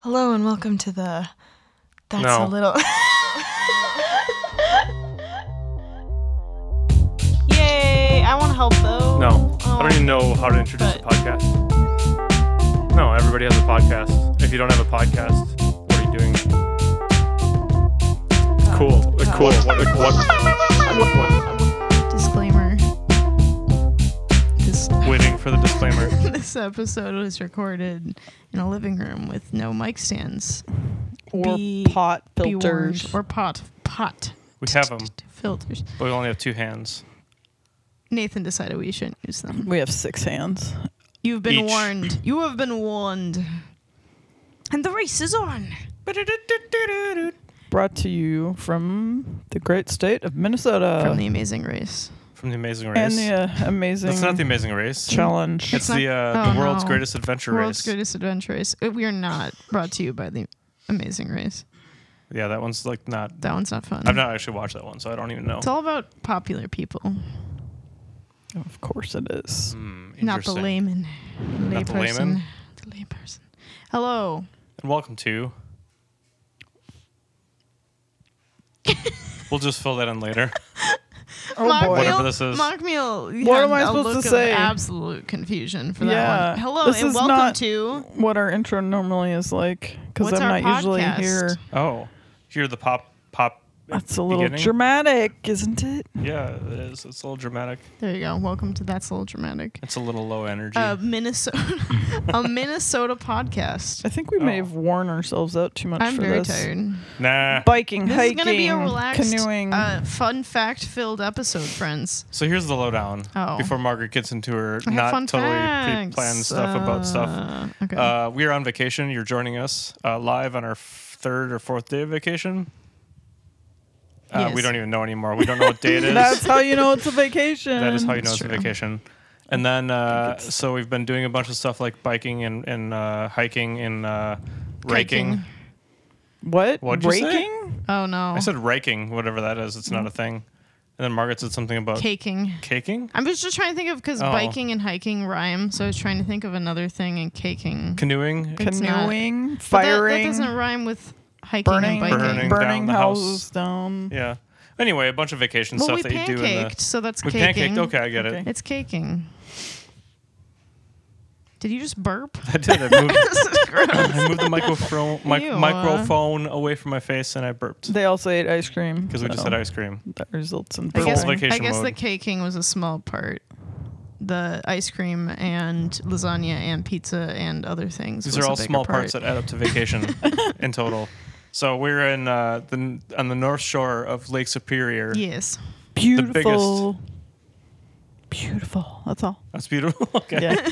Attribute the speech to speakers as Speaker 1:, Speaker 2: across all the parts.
Speaker 1: Hello and welcome to the. That's
Speaker 2: No.
Speaker 1: a little. Yay! I want to help though.
Speaker 2: No, I
Speaker 1: Oh.
Speaker 2: don't even know how to introduce a
Speaker 1: But-
Speaker 2: podcast. No, everybody has a podcast. If you don't have a podcast, what are you doing?
Speaker 1: Oh.
Speaker 2: Cool. Uh, cool. What, what, what- what-
Speaker 1: Disclaimer. This
Speaker 2: waiting for the disclaimer.
Speaker 1: this episode was recorded in a living room with no mic stands,
Speaker 3: or
Speaker 1: Be-
Speaker 3: pot
Speaker 1: be warned,
Speaker 3: filters.
Speaker 1: or pot pot
Speaker 2: We have them,
Speaker 1: filters.
Speaker 2: but we only have two hands.
Speaker 1: Nathan decided we shouldn't use them.
Speaker 3: we have six hands.
Speaker 1: You've been
Speaker 2: Each.
Speaker 1: warned. You have been warned. And the race is on.
Speaker 3: Brought to you from the great state of Minnesota
Speaker 1: From the Amazing Race.
Speaker 2: From the Amazing Race.
Speaker 3: and the uh, amazing
Speaker 2: That's not the Amazing Race.
Speaker 3: challenge.
Speaker 2: It's
Speaker 1: not-
Speaker 2: the uh,
Speaker 1: oh,
Speaker 2: the world's
Speaker 1: no.
Speaker 2: greatest adventure
Speaker 1: World's
Speaker 2: race.
Speaker 1: Greatest Adventure Race. Uh, We are not brought to you by the Amazing Race.
Speaker 2: Yeah, that one's like not.
Speaker 1: That one's not fun.
Speaker 2: I've not actually watched that one, so I don't even know.
Speaker 1: It's all about popular people,
Speaker 3: of course it
Speaker 1: Mm.
Speaker 3: is.
Speaker 2: Hmm,
Speaker 1: not the
Speaker 2: interesting.
Speaker 1: layman.
Speaker 2: Not the layman?
Speaker 1: The layperson. Hello.
Speaker 2: And welcome to. we'll just fill that in later.
Speaker 3: Oh boy.
Speaker 2: Whatever this is.
Speaker 1: Mock meal. you
Speaker 3: What
Speaker 1: had
Speaker 3: am I
Speaker 1: a
Speaker 3: supposed
Speaker 1: look
Speaker 3: to
Speaker 1: of
Speaker 3: say?
Speaker 1: Absolute confusion for
Speaker 3: Yeah.
Speaker 1: that one. Hello
Speaker 3: This
Speaker 1: and
Speaker 3: is
Speaker 1: welcome
Speaker 3: not-
Speaker 1: to.
Speaker 3: What our intro normally is like because
Speaker 1: What's
Speaker 3: I'm
Speaker 1: our
Speaker 3: not usually
Speaker 1: podcast?
Speaker 3: here.
Speaker 2: Oh, hear the pop pop. at
Speaker 3: That's a little
Speaker 2: beginning?
Speaker 3: dramatic, isn't it?
Speaker 2: Yeah, it is. It's a little dramatic.
Speaker 1: There you go. Welcome to that's a little dramatic.
Speaker 2: It's a little low energy.
Speaker 1: A Minnesota, a Minnesota podcast.
Speaker 3: I think we may
Speaker 2: Oh.
Speaker 3: have worn ourselves out too much
Speaker 1: I'm
Speaker 3: for
Speaker 1: very
Speaker 3: this.
Speaker 1: tired.
Speaker 2: nah.
Speaker 3: Biking,
Speaker 1: This
Speaker 3: hiking,
Speaker 1: is gonna be a relaxed,
Speaker 3: canoeing.
Speaker 1: uh, fun fact filled episode, friends.
Speaker 2: so here's the lowdown
Speaker 1: Oh.
Speaker 2: before Margaret gets into her
Speaker 1: I have
Speaker 2: not
Speaker 1: fun
Speaker 2: totally
Speaker 1: facts.
Speaker 2: pre-planned stuff about stuff.
Speaker 1: Uh, Okay.
Speaker 2: Uh, we are on vacation. You're joining us uh, live on our f- third or fourth day of vacation. Uh,
Speaker 1: Yes.
Speaker 2: We don't even know anymore. We don't know what day it is.
Speaker 3: That's how you know it's a vacation.
Speaker 2: That is how you know
Speaker 1: That's
Speaker 2: it's a
Speaker 1: Um, true.
Speaker 2: vacation. And then, uh,
Speaker 3: it's-
Speaker 2: so we've been doing a bunch of stuff like biking and, and uh, hiking and uh, raking.
Speaker 1: Hiking.
Speaker 3: What?
Speaker 2: What'd you say?
Speaker 3: Raking?
Speaker 1: oh no.
Speaker 2: I said raking, whatever that is. It's not
Speaker 1: Mm.
Speaker 2: a thing. And then Margaret said something about
Speaker 1: caking.
Speaker 2: caking,
Speaker 1: I was just trying to think of because
Speaker 2: Oh.
Speaker 1: biking and hiking rhyme, so I was trying to think of another thing and caking.
Speaker 2: canoeing,
Speaker 1: It's not.
Speaker 3: canoeing,
Speaker 1: But that-
Speaker 3: firing,
Speaker 1: That, doesn't rhyme with hiking
Speaker 3: burning,
Speaker 1: and biking.
Speaker 2: Burning
Speaker 3: burning,
Speaker 2: down the house.
Speaker 3: houses down.
Speaker 2: yeah. Anyway, a bunch of vacation
Speaker 1: Well,
Speaker 2: stuff
Speaker 1: we
Speaker 2: that you do in
Speaker 1: pancaked,
Speaker 2: the.
Speaker 1: so that's
Speaker 2: We
Speaker 1: caking.
Speaker 2: pancaked. Okay, I get
Speaker 3: Okay.
Speaker 2: it.
Speaker 1: It's caking. Did you just burp?
Speaker 2: I did. I moved,
Speaker 1: this is gross.
Speaker 2: I moved the microphone, mic-
Speaker 1: Ew.
Speaker 2: microphone away from my face and I burped
Speaker 3: They also ate ice cream
Speaker 2: because we just
Speaker 3: so
Speaker 2: had ice cream.
Speaker 3: That results in
Speaker 1: I guess,
Speaker 2: Full
Speaker 3: burping.
Speaker 2: vacation
Speaker 1: I guess the
Speaker 2: mode.
Speaker 1: caking was a small part. The ice cream and lasagna and pizza and other things.
Speaker 2: These
Speaker 1: was
Speaker 2: are
Speaker 1: a
Speaker 2: all
Speaker 1: bigger
Speaker 2: small
Speaker 1: part.
Speaker 2: parts that add up to vacation in total. So we're in uh, the on the north shore of Lake Superior.
Speaker 1: Yes.
Speaker 2: biggest-
Speaker 3: beautiful, beautiful. That's all.
Speaker 2: That's beautiful. okay.
Speaker 3: Yeah,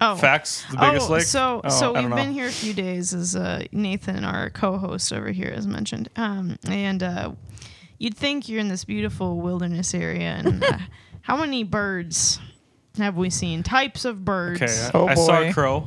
Speaker 1: Oh.
Speaker 2: Facts. The biggest
Speaker 1: oh,
Speaker 2: lake.
Speaker 1: so
Speaker 2: Oh,
Speaker 1: so
Speaker 2: I don't
Speaker 1: we've
Speaker 2: know.
Speaker 1: been here a few days, as uh, Nathan, our co-host over here, has mentioned, um, and uh, you'd think you're in this beautiful wilderness area, and uh, how many birds have we seen? Types of birds.
Speaker 2: Okay, uh, I,
Speaker 3: Oh,
Speaker 2: I saw a
Speaker 3: boy.
Speaker 2: crow.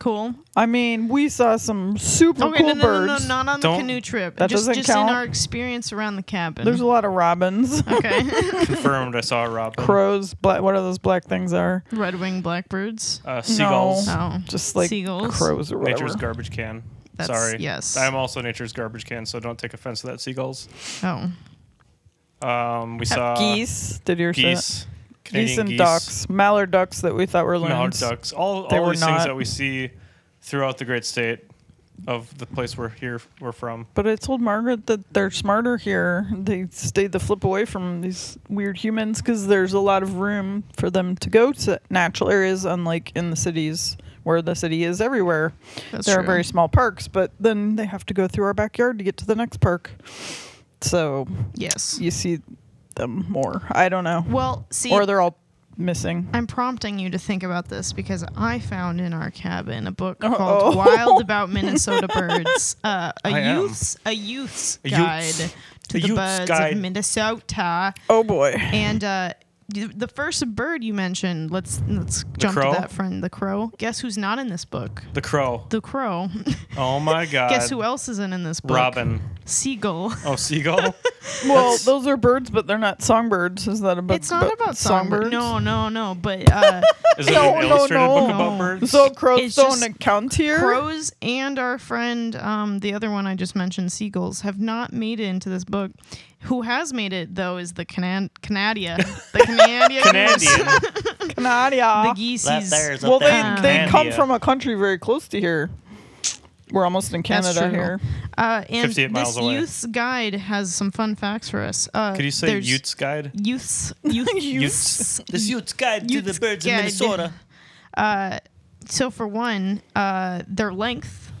Speaker 1: Cool.
Speaker 3: I mean, we saw some super
Speaker 1: Okay,
Speaker 3: cool
Speaker 1: no, no, no, no,
Speaker 3: birds.
Speaker 1: not on
Speaker 2: Don't-
Speaker 1: the canoe trip.
Speaker 3: That
Speaker 1: just
Speaker 3: doesn't
Speaker 1: just
Speaker 3: count?
Speaker 1: in our experience around the cabin.
Speaker 3: There's a lot of robins,
Speaker 1: okay.
Speaker 2: Confirmed. I saw a robin.
Speaker 3: crows. Black, what are those black things are?
Speaker 1: Red winged blackbirds.
Speaker 2: Uh, seagulls.
Speaker 1: Oh,
Speaker 3: Just like
Speaker 1: Seagulls.
Speaker 3: crows or Oh, whatever.
Speaker 2: Nature's garbage can.
Speaker 1: That's-
Speaker 2: Sorry.
Speaker 1: yes.
Speaker 2: I'm also nature's garbage can, so don't take offense to that. Seagulls.
Speaker 1: Oh,
Speaker 2: Um, we saw
Speaker 3: geese. Did you hear say that?
Speaker 2: geese, Canadian
Speaker 3: geese and ducks, mallard ducks that we thought were loons.
Speaker 2: mallard ducks. All,
Speaker 3: They
Speaker 2: all
Speaker 3: were
Speaker 2: these things
Speaker 3: not-
Speaker 2: that we see throughout the great state of the place we're here we're from.
Speaker 3: But I told Margaret that they're smarter here. They stay the flip away from these weird humans because there's a lot of room for them to go to natural areas, unlike in the cities where the city is everywhere.
Speaker 1: that's
Speaker 3: there
Speaker 1: true.
Speaker 3: are very small parks, but then they have to go through our backyard to get to the next park. So
Speaker 1: yes.
Speaker 3: you see them more. I don't know.
Speaker 1: Well, see,
Speaker 3: Or they're all missing.
Speaker 1: I'm prompting you to think about this because I found in our cabin a book
Speaker 3: Uh-oh.
Speaker 1: called "Wild About Minnesota Birds," uh, a
Speaker 2: I am.
Speaker 1: youth's a youth's
Speaker 2: A
Speaker 1: guide
Speaker 2: youth's-
Speaker 1: to
Speaker 2: a
Speaker 1: the
Speaker 2: youth's
Speaker 1: birds
Speaker 2: guide.
Speaker 1: of Minnesota.
Speaker 3: Oh boy.
Speaker 1: And uh, y- the first bird you mentioned, let's let's jump
Speaker 2: crow?
Speaker 1: to that friend, the crow. Guess who's not in this book?
Speaker 2: The crow.
Speaker 1: The crow.
Speaker 2: Oh my god.
Speaker 1: Guess who else isn't in this book?
Speaker 2: Robin.
Speaker 1: Seagull.
Speaker 2: Oh, seagull.
Speaker 3: Well,
Speaker 2: That's-
Speaker 3: those are birds, but they're not songbirds. Is that about?
Speaker 1: it's not about songbirds. No, no, no. But uh,
Speaker 2: Is it
Speaker 3: No,
Speaker 2: an
Speaker 3: no,
Speaker 2: illustrated
Speaker 3: no.
Speaker 2: book about
Speaker 1: No.
Speaker 2: birds?
Speaker 3: So crows
Speaker 1: It's
Speaker 3: don't
Speaker 1: just
Speaker 3: account here.
Speaker 1: crows and our friend, um, the other one I just mentioned, seagulls, have not made it into this book. Who has made it though is the Cana- Canadia, the Canadians,
Speaker 2: Canadian.
Speaker 1: the
Speaker 3: Canadia.
Speaker 4: That
Speaker 1: geese's.
Speaker 4: there's a
Speaker 3: well, they
Speaker 4: thing.
Speaker 3: they come
Speaker 4: Candia.
Speaker 3: from a country very close to here. We're almost in
Speaker 1: That's
Speaker 3: Canada
Speaker 1: true.
Speaker 3: here.
Speaker 1: Uh, and
Speaker 2: 58 miles
Speaker 1: this
Speaker 2: away.
Speaker 1: youth's guide has some fun facts for us. Uh,
Speaker 2: Could you say
Speaker 1: there's
Speaker 2: Utes guide?
Speaker 1: Youths, youth,
Speaker 2: Utes.
Speaker 4: This youth's guide to the
Speaker 1: Youth's
Speaker 4: birds
Speaker 1: guide.
Speaker 4: of Minnesota.
Speaker 1: uh, So for one, uh, their length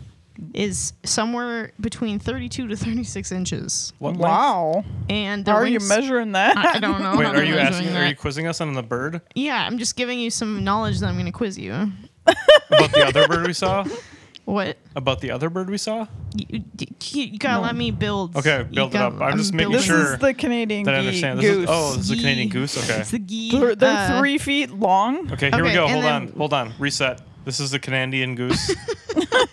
Speaker 1: is somewhere between 32 to 36 inches,
Speaker 2: What length?
Speaker 3: Wow.
Speaker 1: and
Speaker 3: How
Speaker 1: their
Speaker 3: are you
Speaker 1: wings-
Speaker 3: measuring that?
Speaker 1: I I don't know.
Speaker 2: Wait,
Speaker 1: how
Speaker 2: are
Speaker 1: they're
Speaker 2: you
Speaker 1: measuring
Speaker 2: asking? Are
Speaker 1: that.
Speaker 2: you quizzing us on the bird?
Speaker 1: Yeah, I'm just giving you some knowledge that I'm going to quiz you.
Speaker 2: About the other bird we saw?
Speaker 1: What?
Speaker 2: About the other bird we saw?
Speaker 1: You, you, you gotta let me build.
Speaker 2: Okay,
Speaker 1: You
Speaker 2: build it
Speaker 1: gotta-
Speaker 2: up. I'm just making
Speaker 3: This
Speaker 1: building.
Speaker 2: sure
Speaker 3: is the Canadian
Speaker 2: That I
Speaker 3: gee-
Speaker 2: understand. This
Speaker 3: goose.
Speaker 2: is, oh, this is a
Speaker 1: Yee.
Speaker 2: Canadian goose? Okay.
Speaker 1: It's the gee.
Speaker 3: They're, they're
Speaker 1: uh,
Speaker 3: three feet long.
Speaker 2: Okay, here we
Speaker 1: Okay,
Speaker 2: go.
Speaker 1: and
Speaker 2: Hold on.
Speaker 1: then-
Speaker 2: Hold on. Reset. This is the Canadian goose.
Speaker 1: Uh,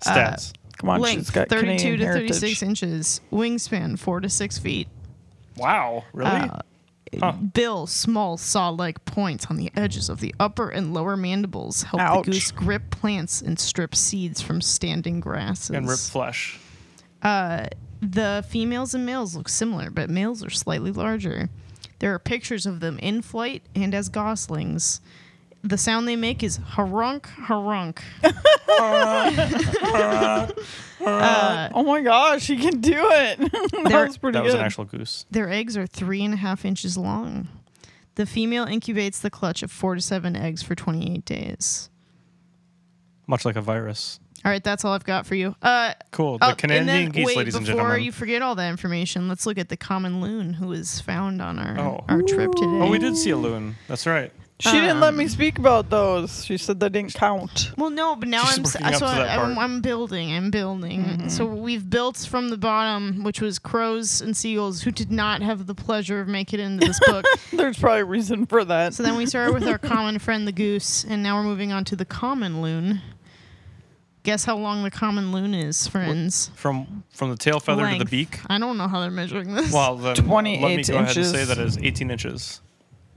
Speaker 2: Stats.
Speaker 3: Come on, she's
Speaker 1: Length
Speaker 3: got
Speaker 1: 32
Speaker 3: Canadian
Speaker 1: to
Speaker 3: heritage.
Speaker 1: 36 inches. Wingspan 4 to 6 feet.
Speaker 2: wow. Really?
Speaker 1: uh,
Speaker 2: Huh.
Speaker 1: Bill, small saw-like points on the edges of the upper and lower mandibles help
Speaker 3: Ouch.
Speaker 1: the goose grip plants and strip seeds from standing grasses.
Speaker 2: and rip flesh.
Speaker 1: the females and males look similar, but males are slightly larger. There are pictures of them in flight and as goslings. The sound they make is harunk harunk.
Speaker 3: Oh my gosh, she can do it. that
Speaker 1: They're-
Speaker 3: was pretty
Speaker 2: That was
Speaker 3: good.
Speaker 2: an actual goose.
Speaker 1: Their eggs are three and a half inches long. The female incubates the clutch of four to seven eggs for 28 days.
Speaker 2: Much like a virus.
Speaker 1: All right, that's all I've got for you. Uh,
Speaker 2: Cool. The
Speaker 1: oh, and
Speaker 2: Canadian
Speaker 1: then,
Speaker 2: geese,
Speaker 1: wait,
Speaker 2: ladies and
Speaker 1: before
Speaker 2: gentlemen.
Speaker 1: you forget all that information, let's look at the common loon who was found on our
Speaker 2: Oh.
Speaker 1: our trip today.
Speaker 2: oh, we did see a loon. That's right.
Speaker 3: she didn't let
Speaker 2: Um,
Speaker 3: me speak about those. She said they didn't count.
Speaker 1: Well, no, but now
Speaker 2: She's
Speaker 1: I'm s-
Speaker 2: working up
Speaker 1: so
Speaker 2: to that
Speaker 1: I, am
Speaker 2: part.
Speaker 1: I'm building. I'm building. So we've built from the bottom, which was crows and seagulls, who did not have the pleasure of making it into this book.
Speaker 3: There's probably a reason for that.
Speaker 1: so then we started with our common friend, the goose, and now we're moving on to the common loon. Guess how long the common loon is, friends?
Speaker 2: From from the tail feather to the
Speaker 1: Length.
Speaker 2: beak.
Speaker 1: I don't know how they're measuring this.
Speaker 2: Well, then let me
Speaker 3: 28
Speaker 2: go ahead and
Speaker 3: inches.
Speaker 2: say that is 18 inches.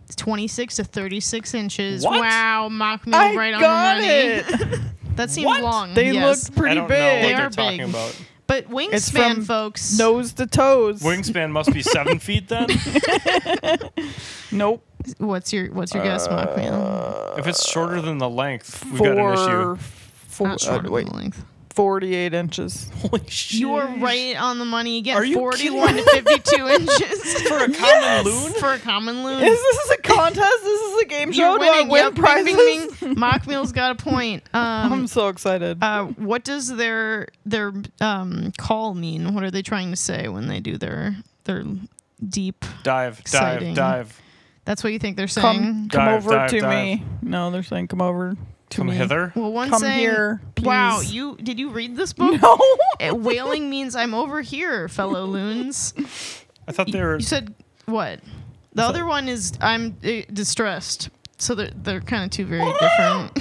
Speaker 1: It's 26 to 36 inches.
Speaker 2: What?
Speaker 1: Wow, mock me
Speaker 3: I
Speaker 1: right
Speaker 3: got
Speaker 1: on the money.
Speaker 3: it.
Speaker 1: That seems
Speaker 2: What?
Speaker 1: long.
Speaker 3: They
Speaker 1: yes.
Speaker 3: looked
Speaker 2: I
Speaker 3: pretty
Speaker 2: don't know what
Speaker 1: They
Speaker 2: they
Speaker 3: big.
Speaker 2: are
Speaker 1: are
Speaker 2: talking
Speaker 1: big.
Speaker 2: about.
Speaker 1: but
Speaker 3: It's
Speaker 1: wingspan,
Speaker 3: from
Speaker 1: folks.
Speaker 3: Nose to toes.
Speaker 2: Wingspan must be seven feet then.
Speaker 3: Nope.
Speaker 1: What's your what's your guess, mock me?
Speaker 2: If it's shorter than the length, we've got an
Speaker 3: Four.
Speaker 2: issue.
Speaker 3: Four,
Speaker 1: Not
Speaker 3: uh,
Speaker 1: shorter
Speaker 3: wait,
Speaker 1: than the length.
Speaker 3: 48 inches.
Speaker 4: Holy shit.
Speaker 1: You are right on the money again.
Speaker 2: Are you
Speaker 1: 41 to 52 inches. For a common loon? For a common loon.
Speaker 3: Is this a contest? This is a game show? Do I win
Speaker 1: Hmm. Yep,
Speaker 3: prizes?
Speaker 1: Bing, bing, bing. Mock Meal's got a point.
Speaker 3: I'm
Speaker 1: Um,
Speaker 3: so excited.
Speaker 1: uh, what does their their um, call mean? What are they trying to say when they do their their deep?
Speaker 2: Dive,
Speaker 1: Exciting.
Speaker 2: dive, dive.
Speaker 1: That's what you think they're saying.
Speaker 3: come come
Speaker 2: Dive,
Speaker 3: over
Speaker 2: dive,
Speaker 3: to
Speaker 2: dive.
Speaker 3: me. No, they're saying come over to
Speaker 2: Come
Speaker 3: me.
Speaker 2: hither.
Speaker 1: well, one
Speaker 3: Come
Speaker 1: saying,
Speaker 3: here,
Speaker 1: "Wow,
Speaker 3: please."
Speaker 1: you did you read this book?"
Speaker 3: No.
Speaker 1: Uh, Wailing means I'm over here, fellow loons.
Speaker 2: I thought they were.
Speaker 1: You said what? The other one is I'm uh, distressed. So they're they're kind of two very different.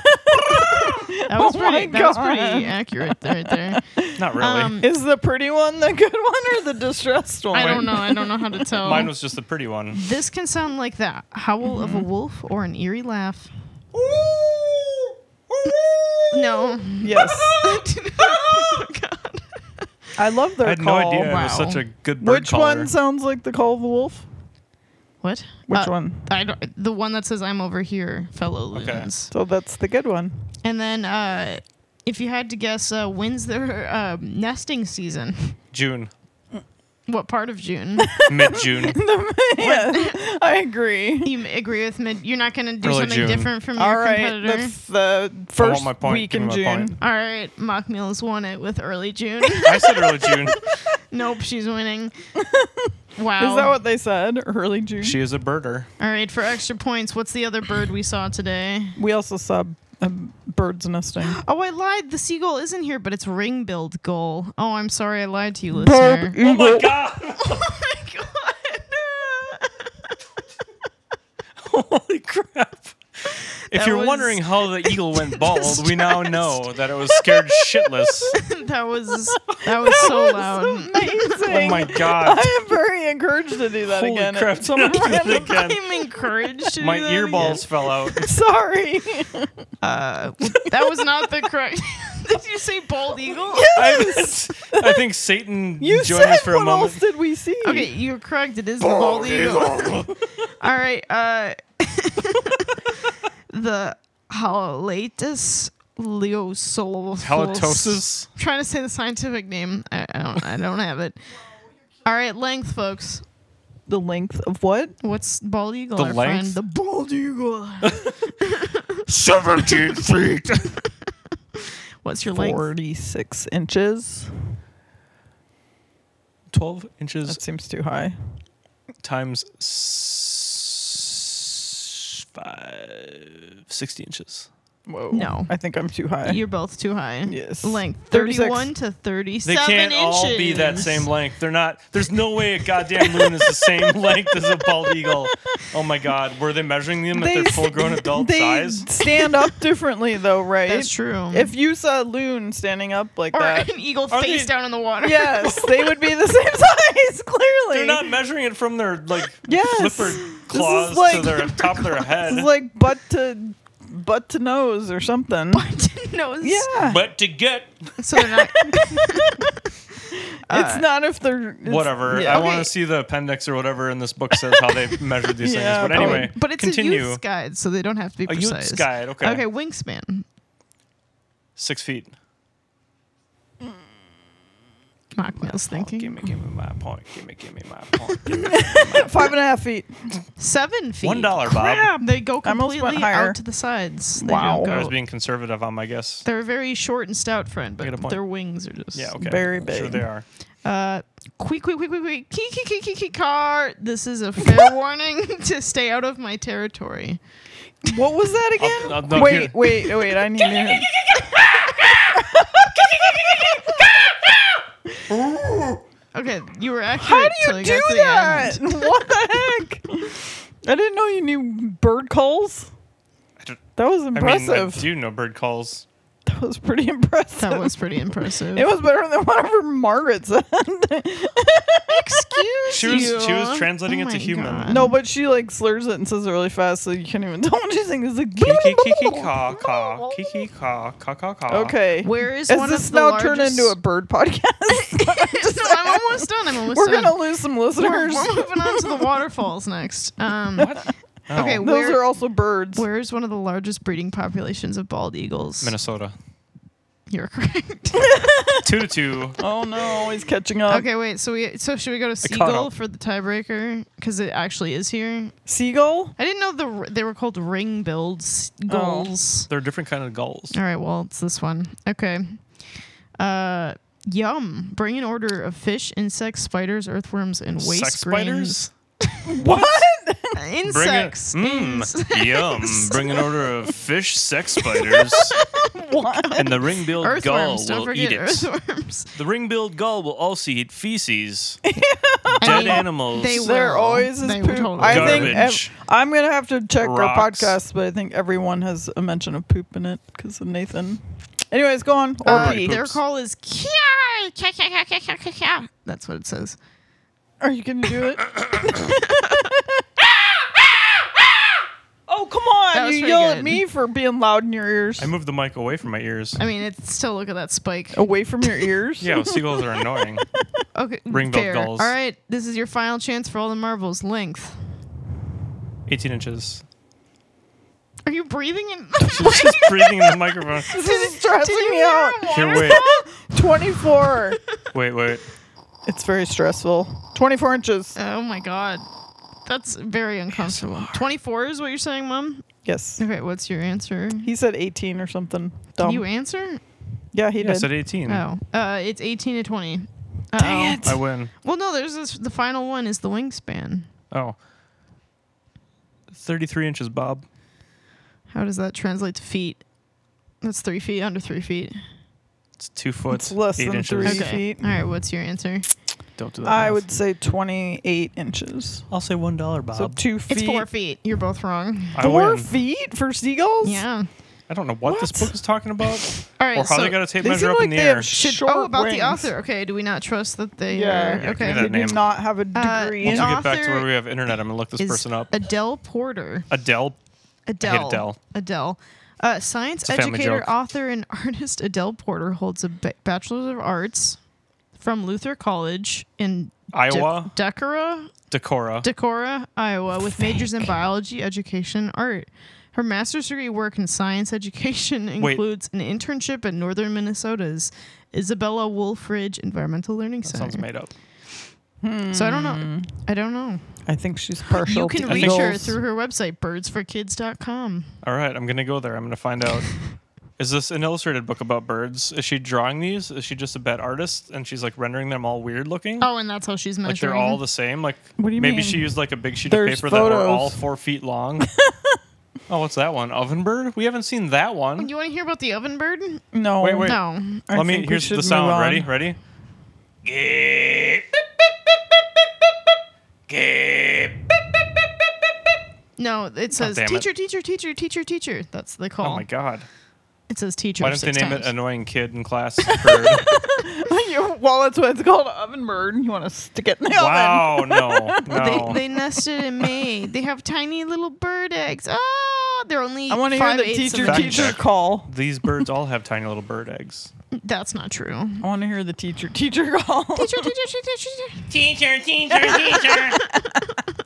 Speaker 1: that was
Speaker 3: Oh my
Speaker 1: pretty. That was
Speaker 3: God.
Speaker 1: pretty accurate there. Right there.
Speaker 2: Not really.
Speaker 1: Um,
Speaker 3: Is the pretty one the good one or the distressed one?
Speaker 1: I don't know. I don't know how to tell.
Speaker 2: Mine was just the pretty one.
Speaker 1: this can sound like the howl of a wolf or an eerie laugh. No.
Speaker 3: Yes.
Speaker 1: God.
Speaker 3: I love their
Speaker 2: I had no
Speaker 3: call.
Speaker 2: idea it was
Speaker 1: wow.
Speaker 2: such a good bird
Speaker 3: Which
Speaker 2: caller.
Speaker 3: one sounds like the call of the wolf?
Speaker 1: What?
Speaker 3: Which
Speaker 1: Uh,
Speaker 3: one?
Speaker 1: I don't, the one that says I'm over here, fellow
Speaker 2: Okay.
Speaker 1: loons.
Speaker 3: So that's the good one.
Speaker 1: And then uh, if you had to guess, uh, when's their um, nesting season?
Speaker 2: June,
Speaker 1: What part of June?
Speaker 2: mid June.
Speaker 3: yeah, I agree.
Speaker 1: you agree with me? You're not going to do
Speaker 2: Early
Speaker 1: something
Speaker 2: June.
Speaker 1: different from
Speaker 3: All
Speaker 1: your
Speaker 3: right,
Speaker 1: competitor?
Speaker 3: that's the first
Speaker 2: my point.
Speaker 3: week
Speaker 2: Give
Speaker 3: in
Speaker 2: me my point.
Speaker 3: June.
Speaker 1: All right, Mock Meals won it with early June.
Speaker 2: I said early June.
Speaker 1: nope, she's winning. Wow.
Speaker 3: Is that what they said? Early June.
Speaker 2: She is a birder.
Speaker 1: All right, for extra points, what's the other bird we saw today?
Speaker 3: we also saw um, birds nesting.
Speaker 1: Oh, I lied. The seagull isn't here, but it's ring-billed gull. Oh, I'm sorry, I lied to you, listener.
Speaker 2: Oh my god!
Speaker 1: oh my god.
Speaker 2: Holy crap! It If
Speaker 1: That
Speaker 2: you're
Speaker 1: was-
Speaker 2: wondering how the eagle went bald, we now know that it was scared shitless.
Speaker 1: that was that was so loud.
Speaker 2: Oh
Speaker 3: Amazing.
Speaker 2: my god!
Speaker 3: I am very encouraged to do that
Speaker 2: Holy
Speaker 3: again.
Speaker 2: crap! Someone did it again.
Speaker 1: I'm encouraged to
Speaker 2: My
Speaker 1: do that again.
Speaker 2: earballs fell out.
Speaker 3: Sorry.
Speaker 1: Uh, that was not the correct. Did you say bald eagle?
Speaker 2: I, I think Satan
Speaker 3: You
Speaker 2: joined
Speaker 3: said
Speaker 2: us for a
Speaker 3: what else
Speaker 2: moment.
Speaker 3: did we see?
Speaker 1: Okay, you're correct. It is the bald eagle. All right. Uh, the halatus leosolus.
Speaker 2: Halitosis.
Speaker 1: Trying to say the scientific name. I, I don't. I don't have it. All right, length, folks.
Speaker 3: The length of what?
Speaker 1: What's bald eagle?
Speaker 2: The
Speaker 1: our
Speaker 2: length?
Speaker 1: Friend? The bald eagle.
Speaker 2: 17 feet.
Speaker 1: What's your length?
Speaker 3: 46 inches.
Speaker 2: 12 inches
Speaker 3: That seems too high.
Speaker 2: times s- five, 60 inches.
Speaker 3: Whoa.
Speaker 1: No.
Speaker 3: I think I'm too high.
Speaker 1: You're both too high.
Speaker 3: Yes.
Speaker 1: Length
Speaker 3: 36.
Speaker 1: 31 to 37
Speaker 2: They can't
Speaker 1: inches.
Speaker 2: all be that same length. They're not. There's no way a goddamn loon is the same length as a bald eagle. Oh my god, were they measuring them at
Speaker 3: They-
Speaker 2: their full-grown adult
Speaker 3: they
Speaker 2: size?
Speaker 3: stand up differently, though, right?
Speaker 1: That's true.
Speaker 3: If you saw a loon standing up like
Speaker 1: or
Speaker 3: that,
Speaker 1: an eagle
Speaker 2: Are
Speaker 1: face
Speaker 2: they-
Speaker 1: down in the water.
Speaker 3: yes, they would be the same size, clearly.
Speaker 2: They're not measuring it from their like
Speaker 3: Yes.
Speaker 2: flipper
Speaker 3: This is
Speaker 2: claws to
Speaker 3: like-
Speaker 2: their top of their head.
Speaker 3: It's like butt to butt to nose or something.
Speaker 1: Button nose.
Speaker 3: yeah.
Speaker 2: but to get
Speaker 1: So they're not.
Speaker 3: it's not if they're it's-
Speaker 2: uh, whatever,
Speaker 3: yeah.
Speaker 2: I want
Speaker 1: Okay.
Speaker 2: to see the appendix or whatever in this book says how they measured these
Speaker 3: Yeah,
Speaker 2: things. But anyway,
Speaker 1: but it's
Speaker 2: continue.
Speaker 1: a youth's guide, so they don't have to be
Speaker 2: A youth's
Speaker 1: precise.
Speaker 2: guide, okay.
Speaker 1: Okay, wingspan.
Speaker 2: Six feet.
Speaker 1: Mock meals
Speaker 2: Give
Speaker 1: thinking.
Speaker 2: me, give me my point. Give me, give me my point. Give me
Speaker 3: Five and a half feet.
Speaker 1: Seven feet.
Speaker 2: one dollar, Bob.
Speaker 1: They go
Speaker 3: I almost went
Speaker 1: completely
Speaker 3: higher.
Speaker 1: out to the sides. They
Speaker 3: Wow.
Speaker 1: don't
Speaker 2: I was
Speaker 1: Go.
Speaker 2: being conservative on my guess.
Speaker 1: They're very short and stout, friend,
Speaker 2: get a
Speaker 1: but
Speaker 2: point.
Speaker 1: their wings are just.
Speaker 2: Yeah, okay.
Speaker 3: Very
Speaker 2: Sure
Speaker 3: big.
Speaker 2: they are.
Speaker 1: Uh, quick, quick, quick, quick, quick, key, key, key, key, key, car. This is a fair warning to stay out of my territory.
Speaker 3: What was that again?
Speaker 2: I'll- no,
Speaker 3: wait,
Speaker 2: here.
Speaker 3: wait, wait. I need to.
Speaker 1: Okay, you were accurate.
Speaker 3: How
Speaker 1: till
Speaker 3: do you
Speaker 1: got
Speaker 3: do
Speaker 1: to the
Speaker 3: that?
Speaker 1: end.
Speaker 3: What the heck? I didn't know you knew bird calls.
Speaker 2: I don't-
Speaker 3: That was
Speaker 2: I mean, I
Speaker 3: impressive.
Speaker 2: do know bird calls.
Speaker 3: that was pretty impressive.
Speaker 1: That was pretty impressive.
Speaker 3: It was better than whatever Margaret said.
Speaker 1: Excuse
Speaker 2: She was-
Speaker 1: you.
Speaker 2: she was translating it to
Speaker 1: Oh my
Speaker 2: human.
Speaker 1: God.
Speaker 3: no, but she like slurs it and says it really fast, so you can't even tell what she's saying. It's like
Speaker 2: Kiki kiki ka ka kiki ka ka ka ka.
Speaker 3: Okay.
Speaker 1: Where is
Speaker 3: Is
Speaker 1: one
Speaker 3: this
Speaker 1: of the
Speaker 3: now
Speaker 1: largest?
Speaker 3: turned into a bird podcast?
Speaker 1: I'm almost done. I'm almost
Speaker 3: We're
Speaker 1: done.
Speaker 3: gonna lose some
Speaker 1: we're,
Speaker 3: listeners.
Speaker 1: we're moving on to the waterfalls next. Um,
Speaker 2: Oh,
Speaker 1: Okay,
Speaker 3: Those
Speaker 1: Where-
Speaker 3: are also birds.
Speaker 1: where is one of the largest breeding populations of bald eagles?
Speaker 2: Minnesota.
Speaker 1: You're correct.
Speaker 2: Two to two.
Speaker 3: Oh no, he's catching up.
Speaker 1: okay, wait. So we so should we go to
Speaker 2: I caught
Speaker 1: seagull
Speaker 2: up.
Speaker 1: for the tiebreaker because it actually is here.
Speaker 3: Seagull.
Speaker 1: I didn't know the r- they were called ring billed
Speaker 3: Oh.
Speaker 1: seagulls.
Speaker 2: They're different kind of gulls.
Speaker 1: All right, well it's this one. Okay. Uh, yum. Bring an order of fish, insects, spiders, earthworms, and waste
Speaker 2: Sex
Speaker 1: grains.
Speaker 2: spiders. What? Bring it.
Speaker 1: insects.
Speaker 2: Mm, yum. Bring an order of fish sex spiders. And the ring-billed gull
Speaker 1: Earthworms, don't
Speaker 2: will eat
Speaker 1: forget
Speaker 2: it.
Speaker 1: earthworms.
Speaker 2: The ring-billed gull will also eat feces, dead
Speaker 1: mean,
Speaker 2: animals.
Speaker 1: they will.
Speaker 3: There always is
Speaker 1: They
Speaker 3: poop.
Speaker 1: totally
Speaker 3: I
Speaker 1: will.
Speaker 3: think ev-
Speaker 2: Garbage.
Speaker 3: I'm gonna have to check our
Speaker 2: Rocks.
Speaker 3: podcast, but I think everyone has a mention of poop in it because of Nathan. Anyways, go on. Or
Speaker 1: Uh,
Speaker 3: pee.
Speaker 1: their
Speaker 2: poops.
Speaker 1: call is kia, kia, kia, kia, kia, kia, kia, kia. That's what it says.
Speaker 3: Are you gonna do it? oh come on!
Speaker 1: That was
Speaker 3: you
Speaker 1: pretty
Speaker 3: yell at
Speaker 1: good.
Speaker 3: me for being loud in your ears.
Speaker 2: I moved the mic away from my ears.
Speaker 1: I mean, it's still look at that spike.
Speaker 2: Oh,
Speaker 3: Away from your ears.
Speaker 2: Yeah, seagulls are annoying.
Speaker 1: Okay,
Speaker 2: Ring belt
Speaker 1: fair.
Speaker 2: gulls.
Speaker 1: All right, this is your final chance for all the marbles. Length.
Speaker 2: 18 inches.
Speaker 1: Are you breathing in?
Speaker 2: She's just breathing in the microphone.
Speaker 3: This is stressing me out.
Speaker 2: Here, wait,
Speaker 3: 24.
Speaker 2: wait, wait.
Speaker 3: it's very stressful. 24 inches.
Speaker 1: Oh my god, that's very uncomfortable. Twenty-four is what you're saying, Mom.
Speaker 3: Yes.
Speaker 1: Okay, what's your answer?
Speaker 3: He said 18 or something.
Speaker 1: Did
Speaker 3: Dumb.
Speaker 1: you answer?
Speaker 3: yeah, he
Speaker 2: Yeah, I
Speaker 3: did.
Speaker 2: said 18.
Speaker 1: Oh, uh, it's eighteen to twenty. Uh-oh.
Speaker 3: Dang it.
Speaker 2: I win.
Speaker 1: Well, no, there's this, the final one is the wingspan.
Speaker 2: Oh. 33 inches, Bob.
Speaker 1: How does that translate to feet? That's three feet under three feet.
Speaker 2: It's two foot,
Speaker 3: It's less
Speaker 2: eight
Speaker 3: than
Speaker 2: inches.
Speaker 3: three. feet.
Speaker 1: All right, what's your answer?
Speaker 2: Don't do that.
Speaker 3: I
Speaker 2: math.
Speaker 3: would say 28 inches.
Speaker 2: I'll say one dollar, Bob.
Speaker 3: So two feet.
Speaker 1: It's four feet. You're both wrong.
Speaker 2: I
Speaker 3: Four
Speaker 2: win.
Speaker 3: feet for seagulls?
Speaker 1: Yeah.
Speaker 2: I don't know what, this
Speaker 3: What?
Speaker 2: book is talking about,
Speaker 1: All right.
Speaker 2: or how
Speaker 1: so
Speaker 2: they got a tape
Speaker 3: They
Speaker 2: measure
Speaker 3: seem
Speaker 2: up
Speaker 3: like
Speaker 2: in the
Speaker 3: they
Speaker 2: air.
Speaker 3: have sh- short
Speaker 1: oh, about
Speaker 3: wings.
Speaker 1: the author. Okay. Do we not trust that they
Speaker 3: Yeah.
Speaker 1: are?
Speaker 3: Yeah,
Speaker 2: give me
Speaker 1: okay.
Speaker 2: that
Speaker 3: They
Speaker 2: name.
Speaker 3: do not have a degree
Speaker 1: Uh,
Speaker 3: in
Speaker 2: Once we
Speaker 1: an
Speaker 2: get back to
Speaker 1: author
Speaker 2: where we have internet, I'm gonna look this
Speaker 1: Is
Speaker 2: person up.
Speaker 1: Adele Porter.
Speaker 2: Adele.
Speaker 1: Adele.
Speaker 2: Adele.
Speaker 1: Adele. Uh, science
Speaker 2: a family
Speaker 1: educator,
Speaker 2: joke.
Speaker 1: author, and artist Adele Porter holds a ba- Bachelor of Arts from Luther College in De-
Speaker 2: Iowa?
Speaker 1: Decorah,
Speaker 2: Decora.
Speaker 1: Decorah, Iowa, with majors in biology, education, and art. Her master's degree work in science education
Speaker 2: Wait.
Speaker 1: includes an internship at Northern Minnesota's Isabella Wolfridge Environmental Learning
Speaker 2: that sounds
Speaker 1: Center.
Speaker 2: made up.
Speaker 1: So I don't know. I don't know.
Speaker 3: Hmm. I think she's partial.
Speaker 1: you can
Speaker 3: to
Speaker 1: reach her
Speaker 3: eagles.
Speaker 1: through her website, birdsforkids.com.
Speaker 2: All right, I'm gonna go there. I'm gonna find out. Is this an illustrated book about birds? Is she drawing these? Is she just a bad artist and she's like rendering them all weird looking?
Speaker 1: Oh, and that's how she's measuring.
Speaker 2: like they're all the same. Like
Speaker 3: What do you
Speaker 2: maybe
Speaker 3: mean?
Speaker 2: she used like a big sheet
Speaker 3: There's
Speaker 2: of paper that were
Speaker 3: photos.
Speaker 2: all four feet long. oh, what's that one? Oven bird? We haven't seen that one.
Speaker 1: You want to hear about the oven bird?
Speaker 3: No.
Speaker 2: Wait, wait.
Speaker 1: No.
Speaker 3: I
Speaker 2: Let me.
Speaker 3: think we
Speaker 2: Here's the
Speaker 3: should move
Speaker 2: sound.
Speaker 3: on.
Speaker 2: Ready? Ready? Gape. Gape.
Speaker 1: No, it says
Speaker 2: Oh, damn it.
Speaker 1: teacher, teacher, teacher, teacher, teacher. That's the call.
Speaker 2: Oh my god!
Speaker 1: It says teacher.
Speaker 2: Why don't they
Speaker 1: six
Speaker 2: name
Speaker 1: times.
Speaker 2: it "Annoying Kid in Class"? Bird?
Speaker 3: You- well, that's what it's called, oven bird. You want to stick it in the oven.
Speaker 2: wow! No, no.
Speaker 1: They, they nested in May. They have tiny little bird eggs. Oh, they're only.
Speaker 3: I want to hear
Speaker 1: five
Speaker 3: the
Speaker 1: eighths of
Speaker 3: teacher
Speaker 1: an
Speaker 2: Fact
Speaker 3: teacher
Speaker 2: check.
Speaker 3: call.
Speaker 2: These birds all have tiny little bird eggs.
Speaker 1: inch. That's not true.
Speaker 3: I want to hear the teacher teacher call.
Speaker 1: Teacher, teacher, teacher, teacher.
Speaker 4: Teacher, teacher, teacher.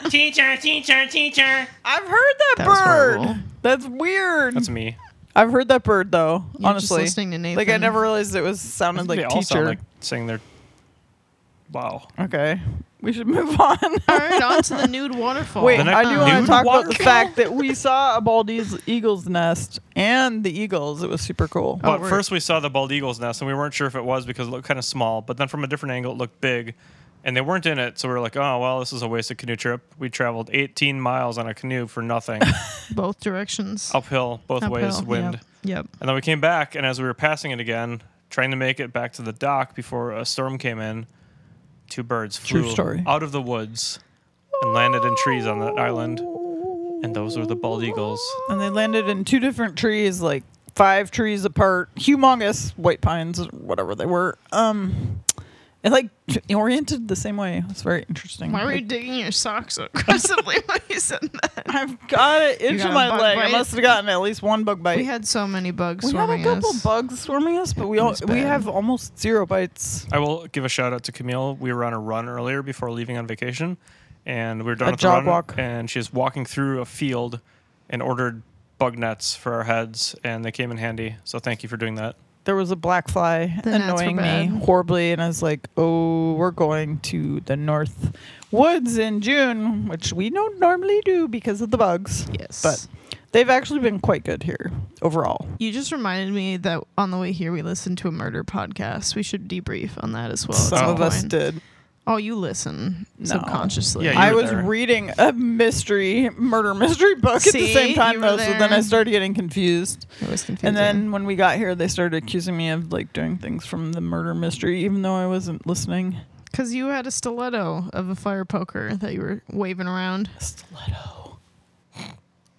Speaker 4: teacher, teacher, teacher.
Speaker 3: I've heard that,
Speaker 1: That was horrible.
Speaker 3: bird. That's weird.
Speaker 2: That's me.
Speaker 3: I've heard that bird though.
Speaker 1: You're just
Speaker 3: honestly,
Speaker 1: listening to
Speaker 3: like I
Speaker 1: Nathan.
Speaker 3: never realized it was sounded like
Speaker 2: they
Speaker 3: teacher.
Speaker 2: all sound like saying they're. Wow.
Speaker 3: okay, we should move on.
Speaker 1: All right, on to the nude waterfall.
Speaker 3: Wait,
Speaker 2: Oh. The next
Speaker 3: I do want
Speaker 2: nude
Speaker 3: to talk about the
Speaker 2: waterfall?
Speaker 3: fact that we saw a bald eas- eagle's nest and the eagles. It was super cool.
Speaker 1: Oh,
Speaker 2: But
Speaker 1: we're-
Speaker 2: first, we saw the bald eagle's nest, and we weren't sure if it was because it looked kind of small. But then, from a different angle, it looked big, and they weren't in it. So we were like, "Oh well, this is a wasted canoe trip. We traveled 18 miles on a canoe for nothing,
Speaker 1: both directions.
Speaker 2: uphill both ways,
Speaker 1: Uphill,
Speaker 2: wind."
Speaker 1: Yep. yep.
Speaker 3: Oh
Speaker 2: And then we came back, and as we were passing it again, trying to make it back to the dock before a storm came in, two birds flew
Speaker 3: True story.
Speaker 2: out of the woods and landed in trees on that island. And those were the bald eagles.
Speaker 3: And they landed in two different trees, like five trees apart, humongous white pines, whatever they were. Um, and like oriented the same way. It's very interesting.
Speaker 1: Why were you digging your socks so aggressively when you said that?
Speaker 3: I've got an inch
Speaker 1: got
Speaker 3: in
Speaker 1: a
Speaker 3: my
Speaker 1: bug
Speaker 3: leg. I
Speaker 1: bite?
Speaker 3: must have gotten at least one bug bite.
Speaker 1: We had so many bugs
Speaker 3: We had
Speaker 1: swarming
Speaker 3: a couple
Speaker 1: us.
Speaker 3: bugs swarming us, but we all
Speaker 1: was
Speaker 3: we
Speaker 1: bad.
Speaker 3: have almost zero bites.
Speaker 2: I will give a shout out to Camille. We were on a run earlier before leaving on vacation, and we were done
Speaker 3: A
Speaker 2: with
Speaker 3: jog
Speaker 2: the run,
Speaker 3: walk.
Speaker 2: and she's walking through a field and ordered bug nets for our heads, and they came in handy. So thank you for doing that.
Speaker 3: There was a black fly
Speaker 1: The gnats were
Speaker 3: annoying me
Speaker 1: bad.
Speaker 3: horribly, and I was like, "Oh, we're going to the north woods in June, which we don't normally do because of the bugs."
Speaker 1: Yes.
Speaker 3: but They've actually been quite good here overall.
Speaker 1: You just reminded me that on the way here we listened to a murder podcast. We should debrief on that as well. at
Speaker 3: Some
Speaker 1: some
Speaker 3: of us
Speaker 1: point.
Speaker 3: did.
Speaker 1: Oh, you listen subconsciously.
Speaker 2: Yeah, you
Speaker 3: I
Speaker 2: were
Speaker 3: was
Speaker 2: there.
Speaker 3: reading a mystery murder mystery book at the
Speaker 1: See?
Speaker 3: same time
Speaker 1: You
Speaker 3: though,
Speaker 1: were
Speaker 3: so then I
Speaker 1: there.
Speaker 3: started getting confused.
Speaker 1: It was confusing.
Speaker 3: And then when we got here, they started accusing me of like doing things from the murder mystery, even though I wasn't listening.
Speaker 1: because you had a stiletto of a fire poker that you were waving around.
Speaker 3: Stiletto.